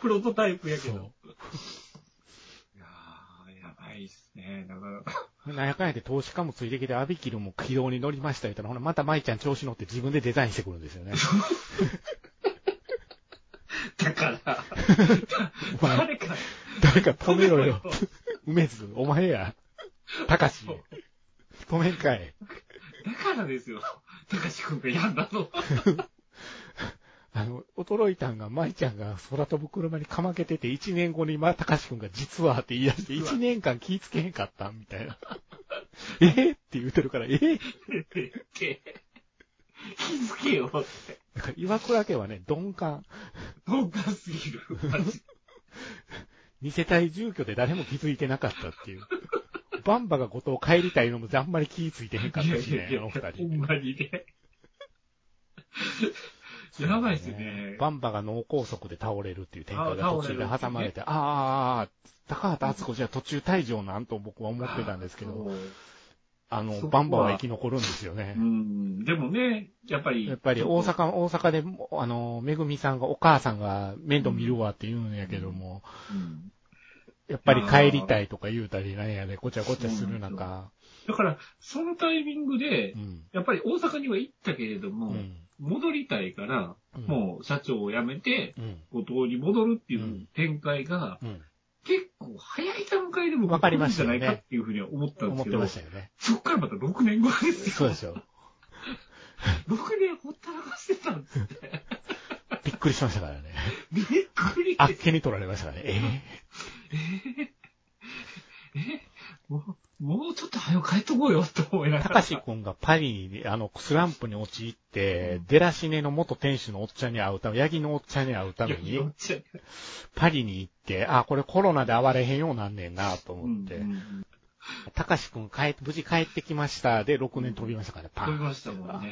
プロトタイプやけ
そ
ど。いやー、やばいっすね。なかなか。
なんやかんやで投資家もついてきて、アビキルも軌道に乗りました言ったら、ほな、また舞ちゃん調子乗って自分でデザインしてくるんですよね。
だ から、
お前
誰か、
誰か止めろよ。梅津、お前や。高志。止めんかい。
だからですよ。高志くんがやんだの。
あの、驚いたんが、舞ちゃんが空飛ぶ車にかまけてて、1年後に、ま、高志くんが実はって言い出して、
実は
1年間気ぃつけへんかったみたいな。 えーって言うてるから、えー
って、気づけよって。
だから岩倉家はね、鈍感。
鈍感すぎる。マジ
二世帯住居で誰も気づいてなかったっていう。バンバが後藤帰りたいのもあんまり気ぃついてへんかったしね、あの二
ほん
人。
まにね。やばいっすね。
バンバが脳梗塞で倒れるっていう展開が途中で挟まれて、あーあー、あー高畑敦子じゃ途中退場なんと僕は思ってたんですけど、あ
そこ
の、
は
バンバは生き残るんですよね
う。ん。でもね、やっぱり。
やっぱり大。阪、大阪でも、あの、めぐみさんが、お母さんが面倒見るわって言うんやけども、
うん、
やっぱり帰りたいとか言うたりなんやで、ごちゃごちゃする中、
だから、そのタイミングで
う、ん。
やっぱり大阪には行ったけれども、
うん。
戻りたいから、もう社長を辞めて、
うん。
後藤に戻るっていううん展開が、
うん。
結構早い段階でも
わかりました
じゃ
よ
な
ね
いかっていうふうには思ったんで
思
す
って
けど、
ましたよね。
そっからまた6年後です
そ
よ。
うですよ。
6年ほったらかしてたんですって。
びっくりしましたからね。
びっくり
あっけに取られましたからね。えー
もう、もうちょっと早く帰っとこうよと思いなが
高
ら。
志くんがパリに、あの、スランプに陥って、
うん
デラシネの元店主のおっちゃんに会うため、ヤギのおっちゃんに会うため
いやいや
に、パリに行って、あ、これコロナで会われへんようなんねんなと思って
うんう、ん
高志くん帰って、無事帰ってきました。で、6年飛びましたからね、パ
飛び
ン。
ましたもんね。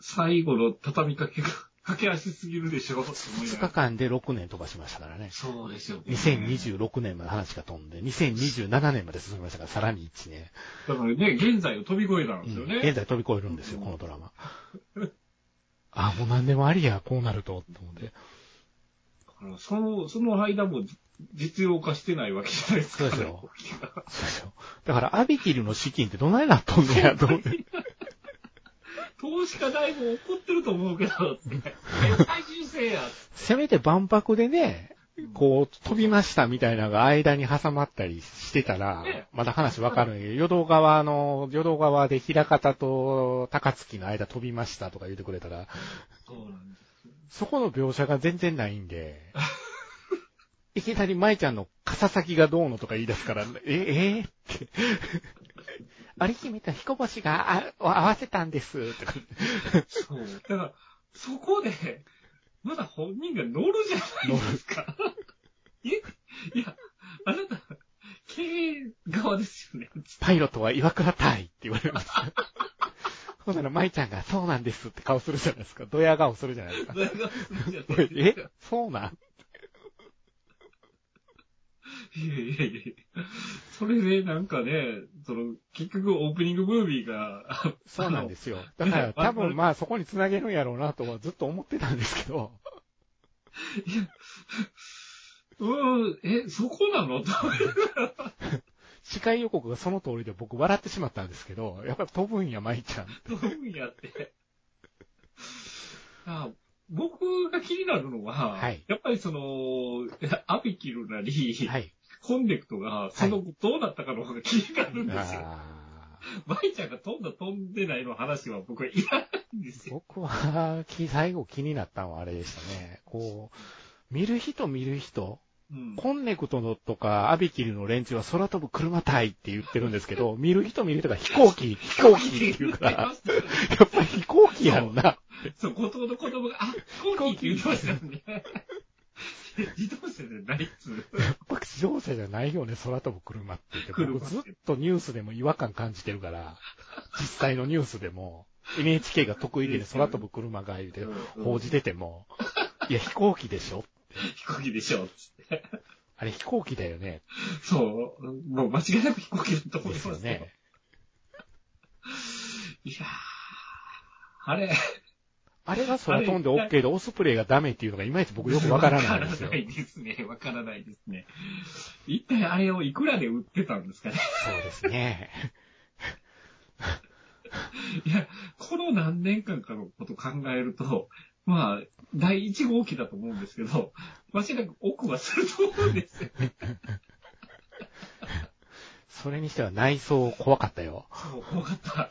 最後の畳みかけが、駆け足すぎるでしょ、と思
2
いな
日
がら。
間で6年飛ばしましたからね。
そうですよ、ね。
2026年まで話が飛んで、2027年まで進みましたから、さらに1年。
だからね、現在を飛び越えたんですよ
うん現
ね。
在飛び越えるんですよ、
うん
このドラマ。あ、もう何でもありや、こうなると、と思って。
だからその、その間も実用化してないわけじゃないですか、
そうですよそうですよ。だから、アビキルの資金ってどないなっとんねや、と思って。
投資家だいぶ怒ってると思うけど、って。返済修正や、
せめて万博でね、こう、飛びましたみたいなのが間に挟まったりしてたら
ね、
まだ話わかるんやけど、淀川の、淀川で平方と高槻の間飛びましたとか言ってくれたら、
そうなんです。
そこの描写が全然ないんで、いきなり舞ちゃんの傘先がどうのとか言い出すから、え、えーって。有姫と彦星があを合わせたんです、とか。
そう。だから、そこで、まだ本人が乗るじゃないですか。えいや、あなた、経営側です よね。
パイロットは岩倉隊って言われます。 ほんなら舞ちゃんがそうなんですって顔するじゃないですか。ドヤ顔するじゃないですか。
大学生じゃないで
え
すか
そうなん
いやいやいやそれでなんかね、その、結局オープニングムービーが、 あ
そうなんですよ。だから多分まあそこに繋げるんやろうなとはずっと思ってたんですけど、
うーん、え、そこなのと思いながら
次回予告がその通りで僕笑ってしまったんですけど、やっぱり飛ぶんや、舞ちゃん。
飛ぶんやって。あ僕が気になるのは、
はい
やっぱりその、アビキルなり、
はい。
コンネクトが、その後どうなったかの方が気になるんですよ。
あ
マイちゃんが飛んだ飛んでないの話は僕はいらないんです
ー
よ。
僕は、き最後気になったのはあれでしたね。こう、見る人見る人、
うん。
コンネクトのとか、アビキルの連中は空飛ぶ車隊って言ってるんですけ ど、見る人見る人が飛行機、飛行機って言うから、やっぱり飛行機やんな。
そう、後藤の子供が、あ、飛行機って言ってましたもんね。自動車じゃないっつう。
爆乗車じゃないよね、空飛ぶ車って言って。
車
僕ずっとニュースでも違和感感じてるから、実際のニュースでも、NHK が得意でね空飛ぶ車が言うて
うん
報じてても、いや、飛行機でしょ
飛行機でしょっつって。
あれ飛行機だよね。
そう、もう間違いなく飛行機だと思
で
いますす
よ
よ
ね。
いやー、あれ、
あれが空飛んで OK でオスプレイがダメっていうのがいまいち僕よくわからないんですよ
わから。ないですね。わからないですね。一体あれをいくらで売ってたんですかね。
そうですね。
いや、この何年間かのこと考えると、まあ、第1号機だと思うんですけど、間違いなく奥はすると思うんですよ。
それにしては内装怖かったよ。
そう、怖かった。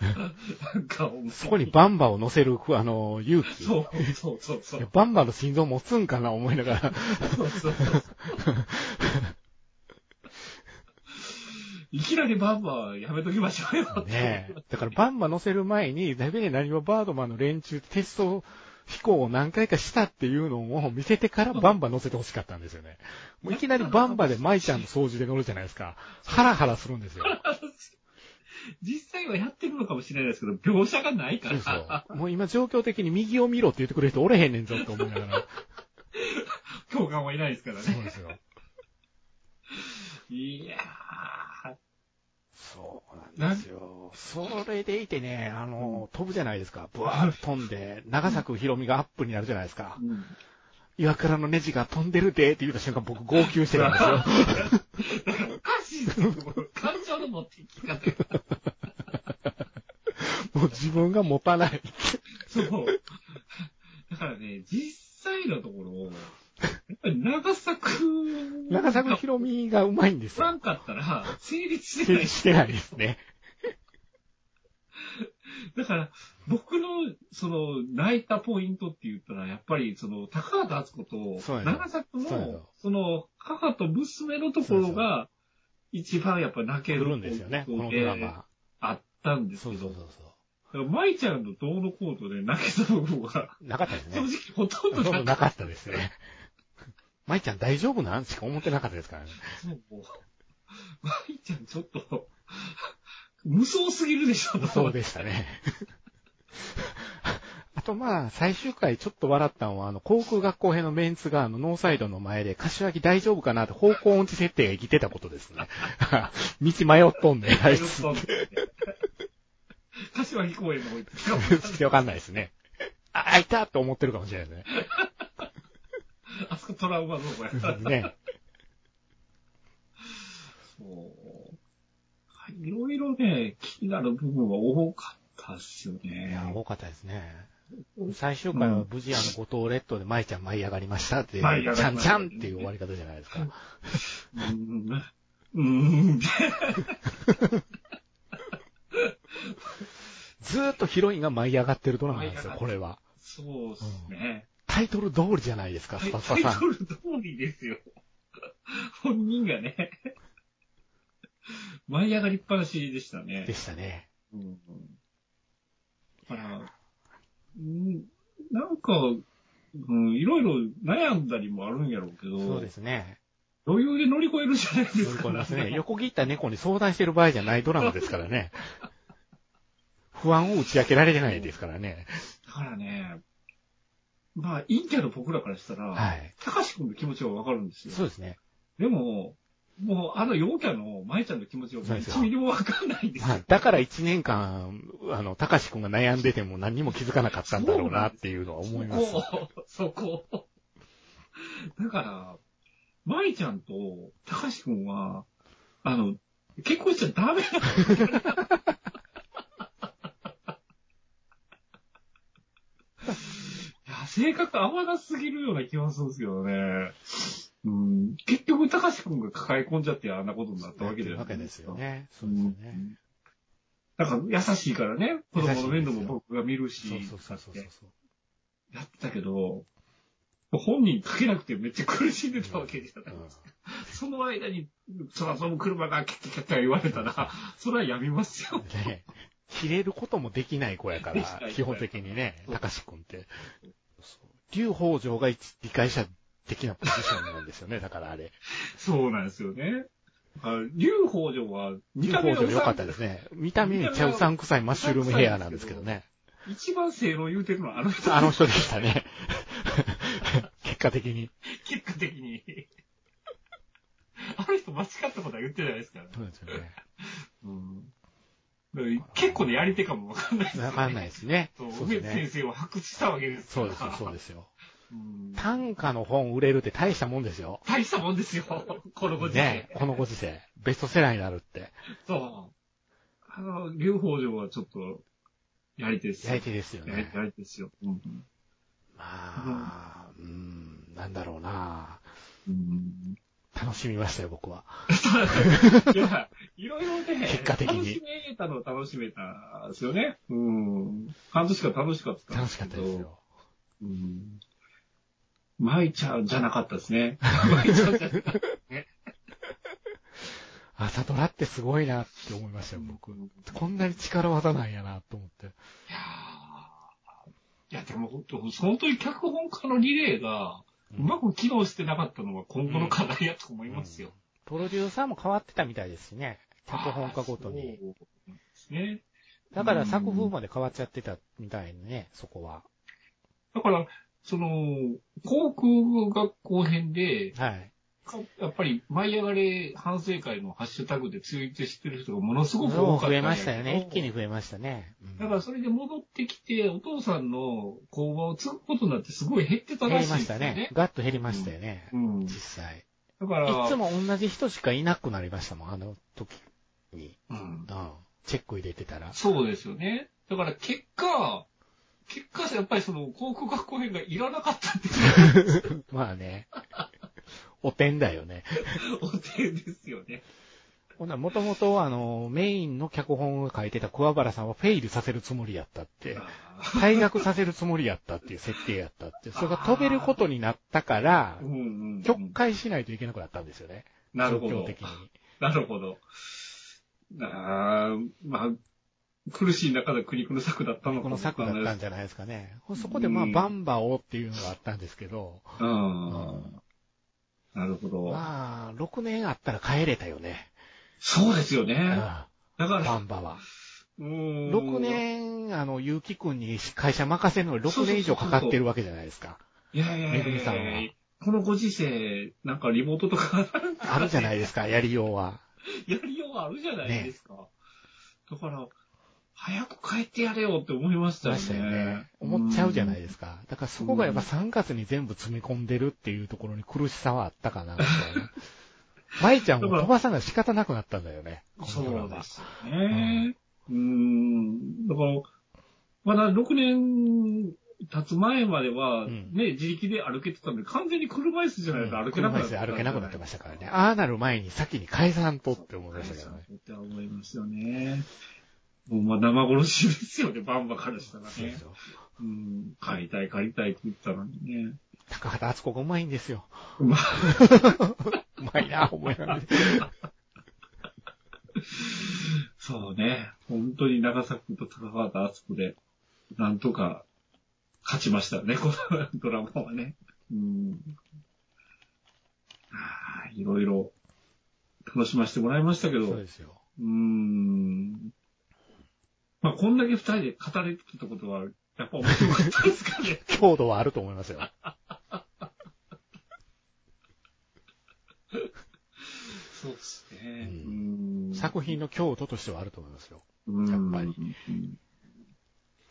なんか、
そこにバンバを乗せる、あの、勇気。
そう、そう、そう、そ
いや
う。
バンバの心臓持つんかな思いなが ら。
そうそうそういきなりバンバーやめときましょうよ。
ねえ。だからバンバ乗せる前に、ダビデ何もバードマンの連中テスト飛行を何回かしたっていうのを見せてからバンバ乗せてほしかったんですよね。もういきなりバンバで舞ちゃんの操縦で乗るじゃないですか。ハラハラするんですよ。
実際はやってるのかもしれないですけど、描写がないか
そう
ら。
そう。もう今状況的に右を見ろって言ってくれる人おれへんねんぞって思いながら。
共感はいないですから
そう
ね。
ですよ。
いやー、
そうなんですよ。それでいてね、あの、飛ぶじゃないですか。ブワーッと飛んで、長作ひろみがアップになるじゃないですか。
うん
岩倉のネジが飛んでるでって言った瞬間僕号泣してたんです よ。
おかしいですよこの感情の持っていき方が。
もう自分が持たない。
そう。だからね、実際のところ、やっぱり長作
長作ひろみがうまいんです
おら
よ。
んかったら成立
成
してな
立
い。
してないですね。
だから、僕の、その、泣いたポイントって言ったら、やっぱり、その、高畑敦子
そう
と、
やな
長作の、
そ
そう
やな
の、母と娘のところが、一番やっぱ泣け
来
る
るんですよね、このドラマ。
あったんです
そ
け
うそ
ど
うそう。
だから舞ちゃんのどうのコートで泣けた部分は、
そう。なかったです
正
ね。
直ほとん
ほと
ど
ん
な
ど
く
なかったですね。舞ちゃん大丈夫なんしか思ってなかったですからね。
そう。舞ちゃんちょっと、無双すぎるでしょ、
そうでしたね。 あとまあ、最終回ちょっと笑ったのは、あの、航空学校編のメンツが、あの、ノーサイドの前で、柏木大丈夫かなって方向音痴設定が生きてたことですね。 道迷っ とんね、あいつ。
そうですね柏木公園の方行って
わかんないですね。あ、開いたと思ってるかもしれないですね。
あそこトラウマの方やった。
ね。
そう。いろいろね、気になる部分は多かったっすよ
い
ね。
や、多かったですね。最終回は無事あの、五島列島で舞ちゃん舞い上がりましたって、ち
舞い上がり
ゃん
ました
ちゃんっていう終わり方じゃないですか。
うーん。うーん。
ずーっとヒロインが舞い上がってるドラマなんですよ、これは。
そうっすね。
タイトル通りじゃないですか、スパス
タ
パ
イ
さん
ト。ル通りですよ。 本人がね、舞い上がりっぱなしでしたね
で。したね。
うんだから、うんなんか、うん、いろいろ悩んだりもあるんやろうけど、
そうですね。
余裕で乗り越えるじゃないです
乗り
か。
越えますね。 横切った猫に相談してる場合じゃないドラマですからね。 不安を打ち明けられてないですからね。
だからね、まあ、陰キャの僕らからした
は
ら、
い。
たかし君の気持ちはわかるんです
そ
よ。
うですね。
でも、もう、あの陽キャの舞ちゃんの気持ちは
そうですよ
1ミリもわかんないんですよ
まあ、。だから一年間、あの、高志くんが悩んでても何にも気づかなかったんだろうなっていうのは思います。
そこ、そこ。だから、舞ちゃんと、たかしくんは、あの、結婚しちゃダメだ。いや、性格合わなすぎるような気はするんですけどね。うん、結局、高志くんが抱え込んじゃってあんなことになったわけじゃ
わ
な
け
いで
ですす
か
よ。ね。そううですよ
ん
ね。
だから優しいからね、子供の面倒も僕が見るし、
そうそうそうそうそうそう。
やってたけど、本人かけなくてめっちゃ苦しんでたわけじゃない。
うん
その間に、そらその車がキャッキャッキャッキャ言われたら、それはやみますよ。
ね切れることもできない子やか
で
ら
きない子やか、ら
基本的にね
そ、う
高志くんって。そう劉邦城が一理解者的なポジションなんですよ ね、だからあれ。
そうなんですよね。あ劉宝城は、見
劉
た
邦
目がう
城良か
さ
ったですね。見た目めっちゃうさんくさいマッシュルームヘアなんですけどね。
ん一番性能言うてるのはあの人
あの人でした ね。結果的に。
結果的に。 あの人間違ったことは言ってないですからね。
そうですよね。
うんだから結構ね、やり手かもわかんないですよ
わ
ね
かんないですね。
そう
そう
梅
で
津
すね
先。生を発掘したわけですか
そう
ら。
ですよ、そうですよ。
うん
短歌の本売れるって大したもんですよ。
大したもんですよ、このご時世。
ねこのご時世。ベストセラーになるって。
そう。あの、劉宝城はちょっと、やり手ですよ。
やり手ですよね。
やり手ですよ。うん
まあ、うん、なんだろうな。
うん
楽しみましたよ、僕は。
いや、いろいろね、
結果的に
楽しめたのは楽しめたですよね。うん。半年間楽しかったん
楽
す
し
け
かった
ど
です。よ。
うん。舞ちゃんじゃなかったですね。舞ちゃんじゃなかった。
朝ドラってすごいなって思いましたよ、僕。
い
こんなに力技なんやなと思って。
や ーいや、でも本当、本当に脚本家のリレーが、うまく機能してなかったのは今後の課題やと思いますよ。
プロデューサーも変わってたみたいですしね。脚本家ごと
そう
に。
なんですね。
だから作風まで変わっちゃってたみたいね、そこは。
だから、その、航空学校編で、
はい。
かやっぱり、舞い上がれ反省会のハッシュタグでツイートしてる人がものすごく多かった
増
ん
え
やけど。
ましたよね。一気に増えましたね。うん
だからそれで戻ってきて、お父さんの工場を継ぐことになってすごい減ってた
減
らし
り
いん
ま
で
し
す
た
よ
ね
ね。。
ガッと減りましたよね。
うん。だ
実際。
から、
いつも同じ人しかいなくなりましたもん、あの時に。
うん
うん。チェック入れてたら。
そうですよね。だから結果、結果、やっぱりその航空学校編がいらなかったっていう
まあね。おてんだよね。
のがお手ですよね。
ほな、もともと、あの、メインの脚本を書いてた桑原さんはフェイルさせるつもりやったって、退学させるつもりやったっていう設定やったって、それが飛べることになったから
う、んうんうん
曲解しないといけなくなったんですよね。
なるほ
状況
ど。
的に。
なるほど。あーまあ、苦しい中で苦肉の策だったのか
この策だったん
で
じゃないですかね。そこでまあ、
うん
バンバをっていうのがあったんですけど、
す。うん。なるほど。
まあ、6年あったら帰れたよね。
そうですよ
うん
ね。
バ
だから、
ンバは。
うん
6。年、あの、ゆうきくんに会社任せるのに6年以上かかってるわけじゃないですか。
いやいやいや
めぐ
い
みさん
や
は
このご時世、なんかリモートとか、
あるじゃないですか、やりようは。
やりようあるじゃないですか。だから、早く帰ってやれよって思いましたよ
ま
ね。
したよね。思っちゃうじゃない
す
ですか。だからそこがやっぱ3月に全部詰め込んでるっていうところに苦しさはあったかな、みたい な。舞ちゃんも飛ばさない仕方なくなったんだよね。こ
そ
のドラ
う
マ
ですよね。うーん。だから、まだ6年経つ前までは、
う
ね
ん、
自力で歩けてたので、完全に車椅子じゃないと歩けなく
車
なっ
椅子
て
で
た。
歩けなくなってましたからね。。ああなる前に先に解散とって思いましたけどね。
って思いますよね。もうまあ生殺しですよね、バンバからしたら
そうで
ね
す。よ。
うん。借りたい借りたいって言ってたのにね。
高畑敦子がうまいんですよ。
まあ、
うまいな、思いながら。
そうね。本当に長崎と高畑敦子で、なんとか勝ちましたね、このドラマはね。うん。ああ、いろいろ楽しませてもらいましたけど、
そう
う
ですよ。
ん。まあ、こんだけ二人で語れてたことは、やっぱ面白かったですかね。
強度はあると思いますよ。
そうですね
う
うん
作品の強度としてはあると思いますよ。
うん
やっぱり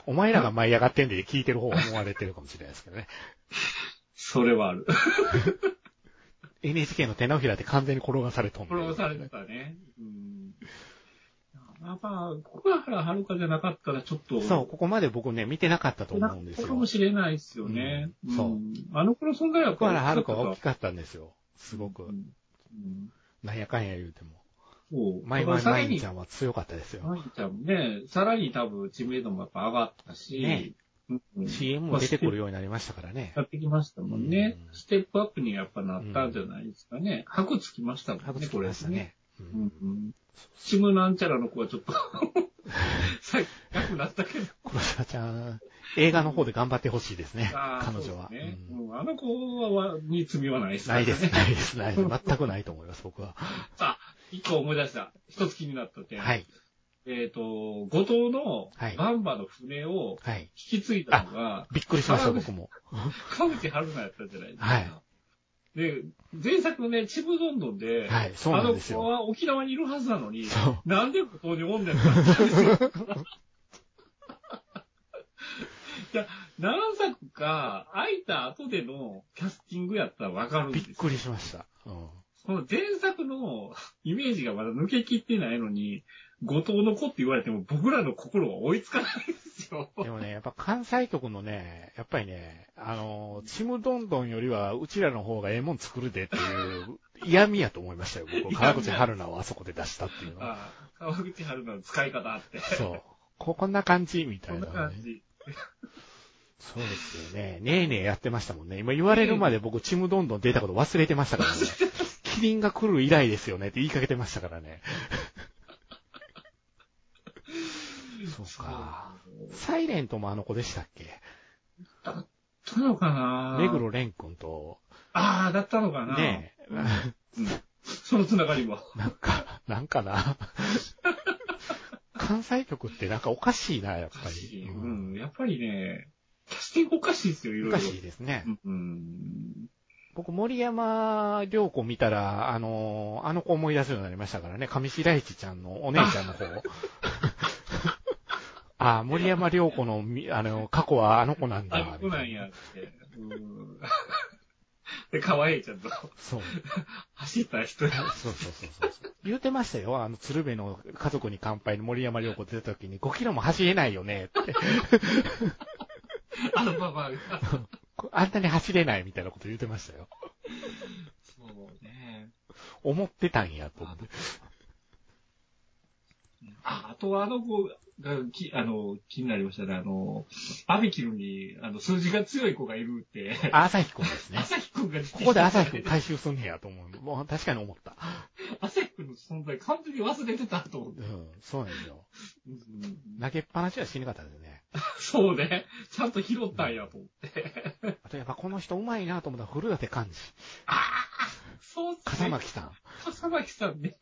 お前らが舞い上がってんで聞いてる方は思われてるかもしれないですけどね。
それはある。
NHK の手のひらで完全に転がされとんで
これ押されてたね。うん。あまあ、福原遥じゃなかったらちょっと。
そう、ここまで僕ね、見てなかったと思うんです
か
よ
も。しれないですよね。。
うんそうん
あの頃存在は
福原遥は大き
く。
かったんですよ。すご
う
く。
んうん
なんやかんや言うても。
そう。
マイ
だ
マイ
からさ
マ
ら
イン
に
ちゃんは強かったですよ。
マイちゃんもね、さらに多分知名度もやっぱ上がったし、
ね
うんうん
CM も出てくるようになりましたからね。
やってきましたもんね。
うん
ステップアップにやっぱなったんじゃないですかね。白、つきましたもんね、
白つき
これ
ましたね。
う
うんん
うん。ちむなんちゃらの子はちょっ と、さっきなくなったけど。
黒沢ちゃん、映画の方で頑張ってほしいですね。
あー
彼女は。
そうですね
うん
うんあの子は、に罪はないです、
ないです、
ね。
ないです、ないです。全くないと思います、僕は。
さあ、一個思い出した。一つ気になった点。
はい。
えっ、と、後藤の
はい
バンバの船を
はい。
引き継いだのが、
びっくりしました、僕も。
川口春奈やったじゃないですか。
はい
で、前作のね、ちむどんどんで、
はい、そうなんです
あの
よ
子。は沖縄にいるはずなのに、
そう。
なんでここにおんねんってなったんですよ。いや、何作か、開いた後でのキャスティングやったらわかるんで
びっ
すよ。
くりしました。うん。
この前作のイメージがまだ抜けきってないのに、後藤の子って言われても僕らの心が追いつかないんで すよ。
でもね、やっぱ関西局のね、やっぱりね、あの、ちむどんどんよりは、うちらの方がええもん作るでっていう嫌味やと思いましたよ、僕。川口春奈をあそこで出したっていう のは。
ああ川口春奈の使い方あって。
そう。こ、こんな感じみた
こ
い
ん
な
な
ね、
感じ。
そうですよね。ねえねえやってましたもんね。今言われるまで僕、ちむどんどん出たこと忘れてましたからね。キリンが来る以来ですよねって言いかけてましたから ね。そうか。サイレントもあの子でしたっけ
だったのかな
目黒蓮君と、
ああ、だったのかな
ねえ、
うんそのつながりも。
なんか、なんか な。関西局ってなんかおかしいな、やっ
お
ぱ
かし
り。
い。
う
うんん。やっぱりね、キャスティングおかしいですよ、いろ
お
いろ。
かしいですね。
うん。
僕、森山良子見たら、あの、あの子思い出すようになりましたからね。上白石ちゃんのお姉ちゃんの 方。ああ、森山良子のみ、あの、過去はあの子なんだ。
あ、そうなんやって。うん。 で、可愛いちゃんと
そう。
走った 人や。
そうそうそうそうそう。言うてましたよ。あの、鶴瓶の家族に乾杯の森山良子出た時に5キロも走れないよねって。
あのパパが。
あんなに走れないみたいなこと言うてましたよ。
そうね。
思ってたんやと思って。
あ、あとはあの子が、きあの、気になりましたね。あの、アビキルに、あの、数字が強い子がいるって、
朝日くんですね。
朝日くんが出てきた
ここで朝日くん回収すんねやと思う。もう確かに思った。
朝日くんの存在完全に忘れてたと思って
う。ん、そうなんですよ。
うん
投げっぱなしはしなかったですね。
そうね。ちゃんと拾ったんやと思って。
あとやっぱこの人うまいなと思ったら古舘幹事、
そうっすね。
笠巻さん。
笠巻さんね。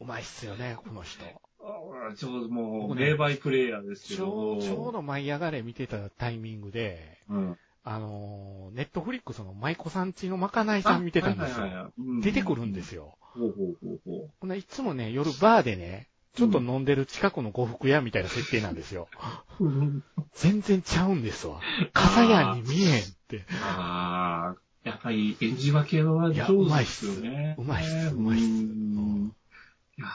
うまいっすよね、この人。
ああちょうども
僕
う、
ね
名バイプレイヤーですけ
ちょ
ど。
うちょうど舞い上がれ見てたタイミングで、
うん。
あのー、ネットフリックスの舞子さんちのまかないさん見てたんですよ。
よ。
出てくるんですすよ。
ほうほうほうほう。
ほんないつもね、夜バーでね、ちょっと飲んでる近くの呉服屋みたいな設定なんですよ。全然ちゃうんですわ。笠屋に見えんって。
ああ、やっぱり演じ分けはい
や
上手ですよね。
うまいっす
ね
うまいっす
うんいやー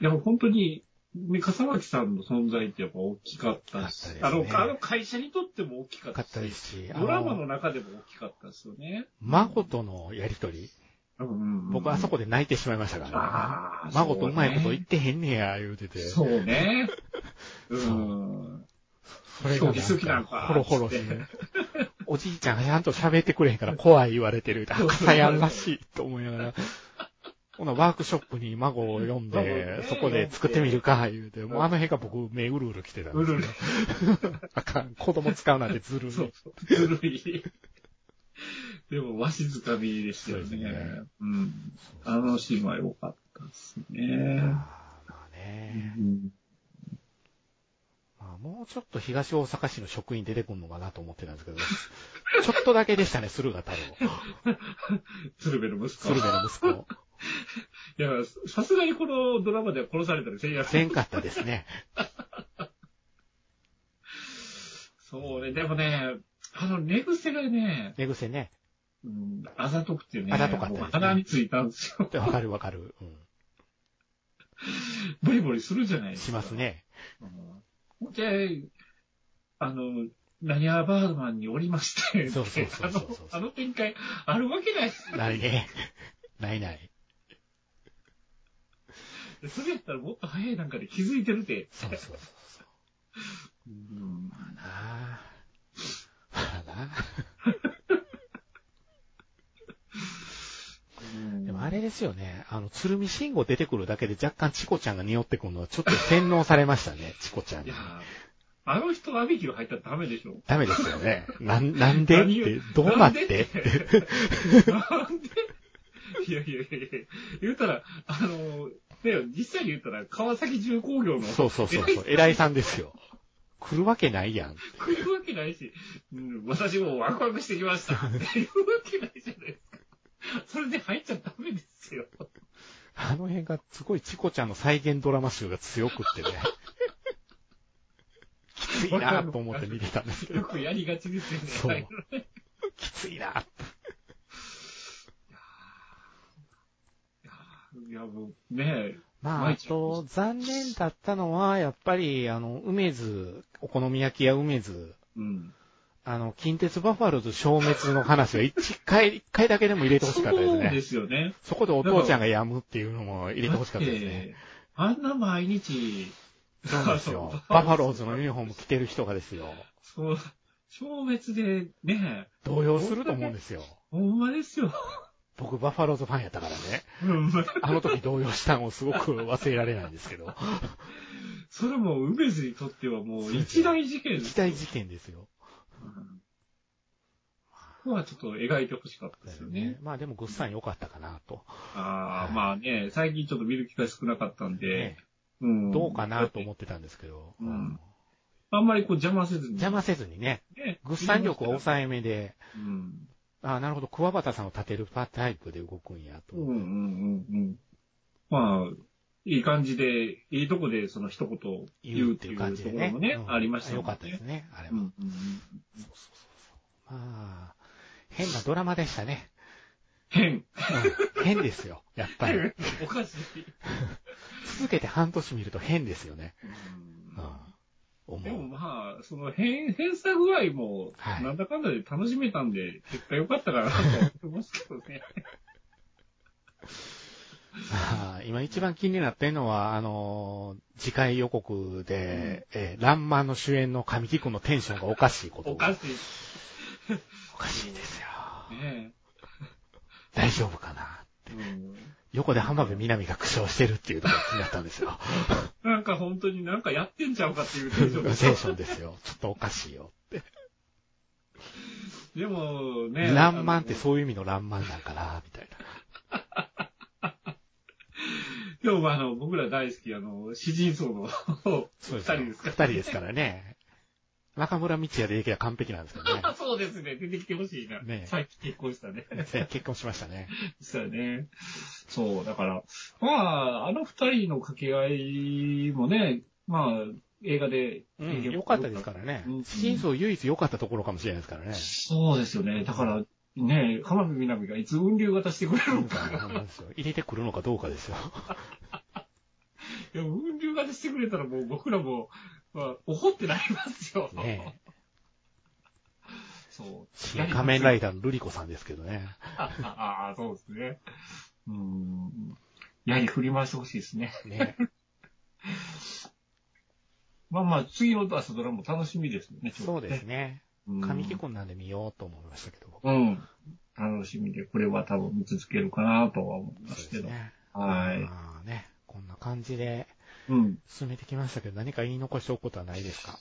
でも本当に、ね、笠巻さんの存在ってやっぱ大きかったし、
大きか
あ
ったです
の
ね、
あの会社にとっても大きか
よ
っ
か
た
っ
した
ですし、あ
ドラマ
の
の中でも大きかったですよね。
孫とのやりとり。
うんうんうん
僕あそこで泣いてしまいましたからね。
ああ、
孫とうまいこと
言
言ってへんねや、言うてて。
そ うね。う。
そうんそれが
そう好きな
なんん
か
か、ほろほろしてね。おじいちゃんがちゃんと喋ってくれへんから怖い言われてる。あ、笠やんらしいと思いながら。ほな、ワークショップに孫を読ん
孫をね
で、そこで作ってみるか、言うて。もうあの辺が僕、目うるうる来てたん
う
です
る
よ
る。。
あかん。子供使うなんてずるい。
そうそう。ずるい。でも、わしづかみですよ
そう
ね。
ですね
うん。あのシーンは良かったですね。
あーまあね
うん
まあ、もうちょっと東大阪市の職員出てくんのかなと思ってたんですけど、ちょっとだけでしたね、駿河太郎。
鶴瓶の息子。
鶴瓶の息 子。
いや、さすがにこのドラマでは殺されたら全員やる
全かったですね。
そうね。でもね、あの寝癖がね、
寝癖ね。
うん、あざとくてね、
あざとかったですね
もう鼻についたんですよ。
わかるわかる。うん。
ボリボリするじゃないですか。
しますね。
うん。で、あの、何アバーマンにおりまして、
そうそうそうそうそう
あの、あの展開、あるわけないです
ないね。ないない。
でそれやったらもっと早いなんかで気づいてるて。
そうそうそうそう。
うん。
なあ。まあな。でもあれですよね。あの、鶴見慎吾出てくるだけで若干チコちゃんが匂ってくるのはちょっと洗脳されましたね、チコちゃん
い
に
や。あの人アビキュー入ったらダメでしょ。
ダメですよね。なん、なんでっ
何
て
言、
どうなっ
なんで
て
なんで いやいやいやいや、言うたら、あの、ね、実際に言ったら川崎重工業の、
そうそうそうそう、
偉
偉
い
いさんですよ。来るわけないやん。
来るわけないし、うん、私もワクワクしてき ました。っていうわけないじゃないですか。それで入っちゃダメですよ。
あの辺がすごいチコちゃんの再現ドラマ集が強くってね。きついなぁと思って見てたんですけ
よ
ど、
くやりがちですよね。
そう
ああいのね
きついなぁ
いや、もうね、
まあ、あ
毎日
と、残念だったのは、やっぱり、あの、梅津、お好み焼き屋梅津、
うん。
あの、近鉄バファローズ消滅の話は一回、一回だけでも入れてほしかったです
そうで
ね。
すよね。
そこでお父ちゃんが病むっていうのも入れてほしかったですね。
だってあんな毎日、。
そうなんですよバファローズのユニフォーム着てる人がですよ。
そう、消滅でね、
動揺すると思うんですよ。
ほんまですよ。
僕、バファローズファンやったからね。
うん、
あの時動揺したのをすごく忘れられないんですけど。
それも梅津にとってはもう一大事件で
一
すよ。
大事件ですよ。
うんここはちょっと描いてほしかったですよね。
まあでも、ぐっさん良かったかなと。
ああ、まあね、最近ちょっと見る機会少なかったんで、
ね
うん。
どうかなと思ってたんですけど。
うんあんまりこう邪魔せずに、
邪魔せずにね、
ね。
グッサン力は抑えめで、
うん。
あなるほど、桑畑さんを立てるパタイプで動くんやと。
うんうんうんうん。まあ、いい感じで、いいとこでその一言言うっていうとこ
感じでね
ろ。もね、
うん
ありましたも
よ
ん
かったですね、あれ
う
は。
んうんうん。
そうそうそうそうまあ、変なドラマでしたね。
変。
うん変ですよ、やっぱ り。
おかしい。
続けて半年見ると変ですよね。
うん
うん、
でも
思う。
まあ、その変、変さ具合も、
はい
なんだかんだで楽しめたんで、結果良かったかなと思いますけど ね。
まあ今一番気になってるのは、あのー次回予告で、えー、ランマンの主演の神木君のテンションがおかしいこと
おか
が。
しい。
おかしいですよ。
ね
大丈夫かな
えうん
横で浜辺美波が苦笑してるっていうのが気になったん ですよ。
なんか本当になんかやってんちゃうかっていうテ
セ
ンショ
ン
ン で
ションですよ。ちょっとおかしいよ。
でもね。
爛漫って
う。
そういう意味の爛漫なんかな、みたい
でもまああの、僕ら大好き、あの、詩人層の
な。
二人ですか
二人
ら。
ですからね。中村道也でできれば完璧なんですけどね。
あ そうですね。出てきてほしいな。
ねえ
最近結婚したね。
結婚しましたね。
そうよね。そう、だから、まあ、あの二人の掛け合いもね、まあ、映画で、
うん、良かったですからね
うん。
真相唯一良かったところかもしれないですからね。
そうですよね。だから、ね、浜辺美波がいつ運流渡してくれる
う
の
ん
か。
そうなんですよ入れてくるのかどうかですよ。
いや、運流渡してくれたらもう僕らも、まあ、怒ってなりますよ。
ねえ
そう。
新仮面ライダーのルリコさんですけどね。
ああ、そうですね。うん。やはり振り回してほしいですね。
ね
まあまあ、次の出すドラマも楽しみですよね、ちょっと
そうですね。
うん
神木君なんで見ようと思いましたけど、僕
うん。楽しみで、これは多分見続けるかなとは思いますけど。
ね。
は
まあね、こんな感じで
い。うん。
進めてきましたけど、何か言い残しておくことはないですか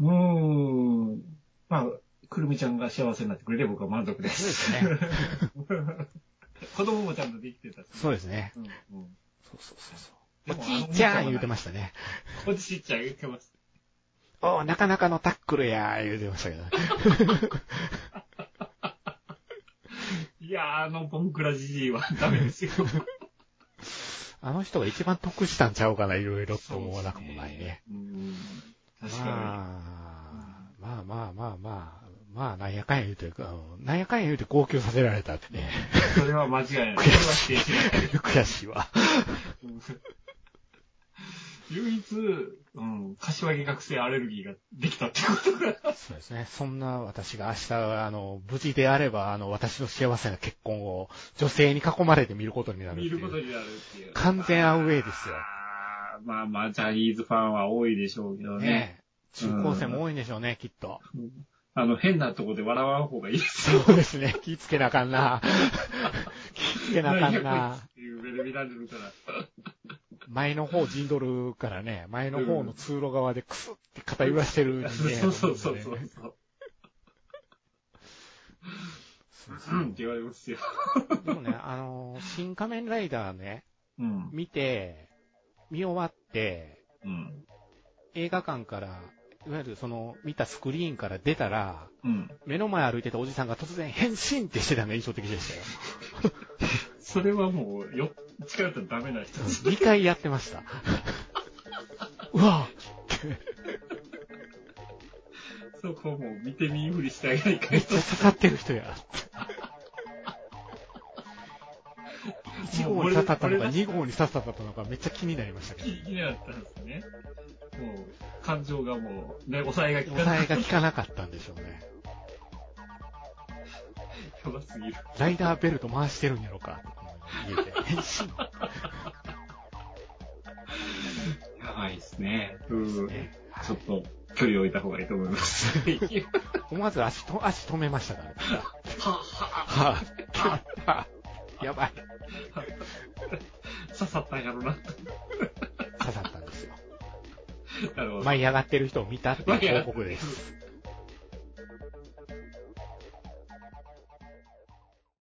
うーん。まあ、くるみちゃんが幸せになってくれて僕は満足です。
そうですね。
子供もちゃんとできてたし。
そうですね。
うんうん。
そうそうそうそう。
で
お
も
じいちゃん言うて
ま
ましたね。
す。おじいちゃん言ってます。
おうなかなかのタックルやー言うてましたけどね。
いやー、あの、ボンクラじじいはダメですよ。
あの人が一番得したんちゃうかな、いろいろと思わなくもないね。
うん。確か
まあ、まあまあまあまあ、まあ、なんやかんや言うて、あのなんやかんや言うて号泣させられたってね。
に。それは間違いない。それは否定しない。
悔しいわ。
うん 唯一、うん、柏木学生アレルギーができたってことが。
そうですね。そんな私が明日、あの、無事であれば、あの、私の幸せな結婚を女性に囲まれて見ることになるって
見
いう
ることになるっていう。
完全アウェイですよ
あー。まあまあ、ジャニーズファンは多いでしょうけどね。
ねえ中高生も多いんでしょうね、きっと。
あの、変なとこで笑わん方がいいですよ。
そうですね。気ぃつけなあかんな。気ぃつけなあかん
何やこいつ
な
っ。ていう目で見られるから。
前の方陣取るからね、前の方の通路側でクスって肩揺らしてる人間やと
そう
思
そう
でね
そうそう。
そうそう
うんって言われますよ。
でもね、あの、新仮面ライダーね、
うん。
見て、見終わって、
うん。
映画館から、いわゆるその、見たスクリーンから出たら、
うん。
目の前歩いてたおじさんが突然変身ってしてたのが印象的でしたよ。
それはもう、よ、近寄ったらダメな人です。
2回やってま した。うわ
そこはもう見て見ぬふりしてあげないか
め
い
っちゃ刺。
と
さってる人や。1号に刺さったのか2号に刺さったのかめっちゃ気になりましたけ
気
ど。
になったんですね。もう、感情がもう、ね、抑えがきか
抑
ない。
えが効かなかったんでしょうね。
やばすぎる。
ライダーベルト回してるんやろか。家で変 身
やばいですね。うん。
ね。
ちょっと、距離を置いた方がいいと思います。
思わず足と、足止めましたからね。
はは
はぁ、 やばい。
刺さったんやろな。
刺さったんですよ。
なるほど。
舞い上がってる人を見たっていう報告です。